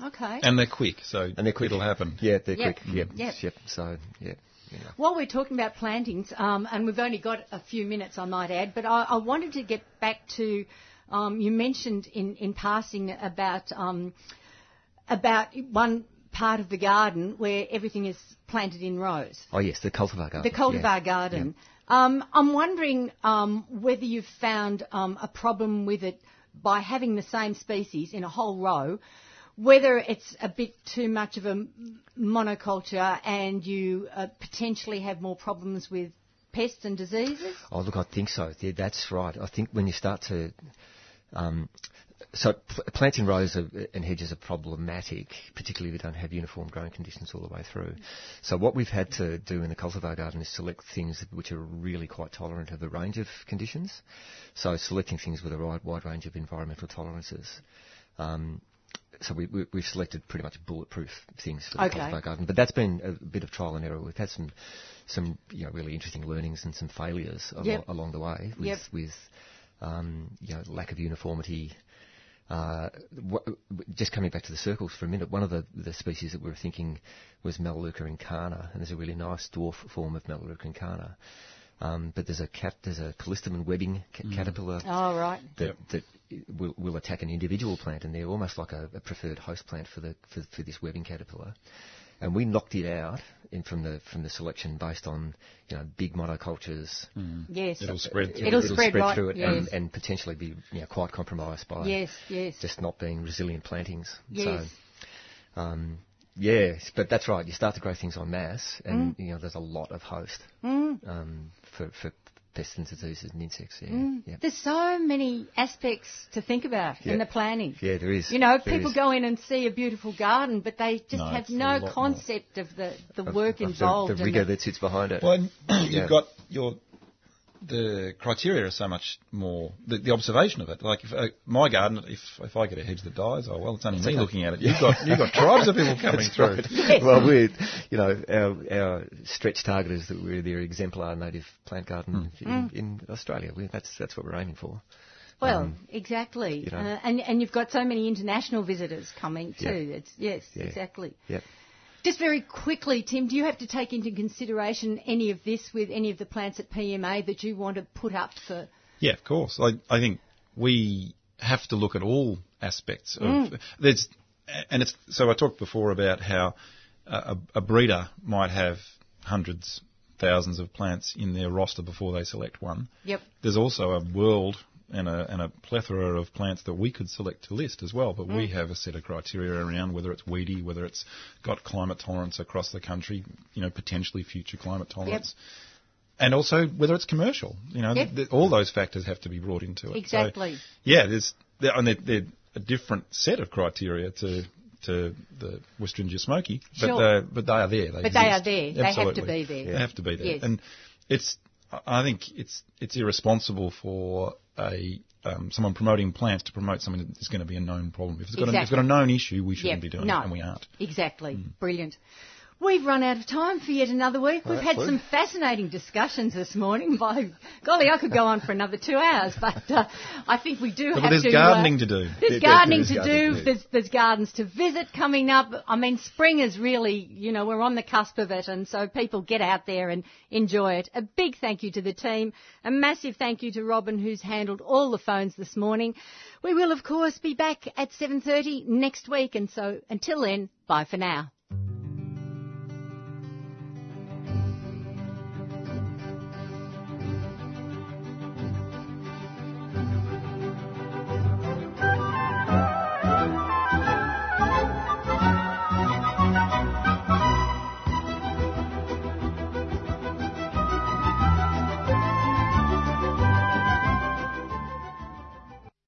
Okay.
And they're quick, so
And they're quick.
it'll happen.
Yeah, they're
Yep.
quick. Yep.
Yep.
So yeah. You know.
While we're talking about plantings, um, and we've only got a few minutes, I might add, but I, I wanted to get back to um, you mentioned in, in passing about um, about one part of the garden where everything is planted in rows.
Oh yes, the cultivar garden.
the cultivar garden. Um, I'm wondering um, whether you've found um, a problem with it by having the same species in a whole row, whether it's a bit too much of a m- monoculture and you uh, potentially have more problems with pests and diseases.
Oh, look, I think so. Yeah, that's right. I think when you start to, um, so pl- plants in rows are, and hedges are problematic, particularly if you don't have uniform growing conditions all the way through. So what we've had to do in the cultivar garden is select things which are really quite tolerant of a range of conditions. So selecting things with a wide, wide range of environmental tolerances. Um, so we, we, we've selected pretty much bulletproof things for the
Okay.
cultivar garden, but that's been a bit of trial and error. We've had some, some you know, really interesting learnings and some failures alo-
Yep.
along the way with,
Yep.
with um, you know, lack of uniformity. Uh, w- just coming back to the circles for a minute, one of the, the species that we were thinking was Melaleuca incana, and there's a really nice dwarf form of Melaleuca incana. Um, but there's a cat, there's a callistamen webbing ca- caterpillar
Oh, right.
that, that will, will attack an individual plant, and they're almost like a, a preferred host plant for the for, for this webbing caterpillar. And we knocked it out in from the from the selection based on you know big monocultures.
Yes.
It'll Mm. spread. Through.
It'll spread right,
through it and,
yes.
and potentially be you know, quite compromised by
Yes, yes.
just not being resilient plantings.
Yes.
So, um, yes, but that's right. You start to grow things en masse,
Mm.
and you know there's a lot of host um, for, for pests and diseases and insects. Yeah, yeah.
There's so many aspects to think about in
Yeah.
the planning.
Yeah, there is.
You know,
There
people
is.
go in and see a beautiful garden, but they just
No,
have
it's a lot
no
more.
concept of the, the
Of-
work
of the-
involved.
The,
and
rigor
the-
that sits behind it.
Well, and you've
Yeah.
got your the criteria are so much more the, the observation of it. Like if uh, my garden, if if I get a hedge that dies, oh well, it's only me looking at it. You've got you've got tribes of people coming through.
well, we, you know, our, our stretch target is that we're the exemplar native plant garden in, in Australia. We, that's that's what we're aiming for.
Well, exactly.
um, you know.
uh, and, and you've got so many international visitors coming too.
Yeah.
It's, yes,
Yeah.
exactly.
Yep.
Just very quickly, Tim, do you have to take into consideration any of this with any of the plants at PMA that you want to put up for?
Yeah, of course. I, I think we have to look at all aspects of there's and it's so I talked before about how a, a breeder might have hundreds, thousands of plants in their roster before they select one.
Yep.
There's also a world and a, and a plethora of plants that we could select to list as well, but we have a set of criteria around whether it's weedy, whether it's got climate tolerance across the country, you know, potentially future climate tolerance. And also whether it's commercial, you know,
Yep.
th- all those factors have to be brought into it. So,
Exactly.
yeah, there's there, and they're, they're a different set of criteria to to the Westringia Smoky, but
Sure.
they're- but they are there.
But
They
they
exist.
are there. They have to
Absolutely.
be there.
They have to be there.
Yes.
And it's I I think it's it's irresponsible for a um, someone promoting plants to promote something that's going to be a known problem. If it's got, a, if it's
Exactly.
got a known issue, we shouldn't
Yep.
be doing
No.
Hmm.
it, and we aren't.
Exactly. Brilliant. We've run out of time for yet another week. We've
Well,
had
that's
some
good.
fascinating discussions this morning. By golly, I could go on for another two hours, but uh, I think we do
But
have
there's
to. uh,
gardening to do.
There's
There- there-
gardening
there's
to
gardening to
do.
do.
There's, there's gardens to visit coming up. I mean, spring is really, you know, we're on the cusp of it, and so people get out there and enjoy it. A big thank you to the team. A massive thank you to Robin, who's handled all the phones this morning. We will, of course, be back at 7:30 next week, and so until then, bye for now.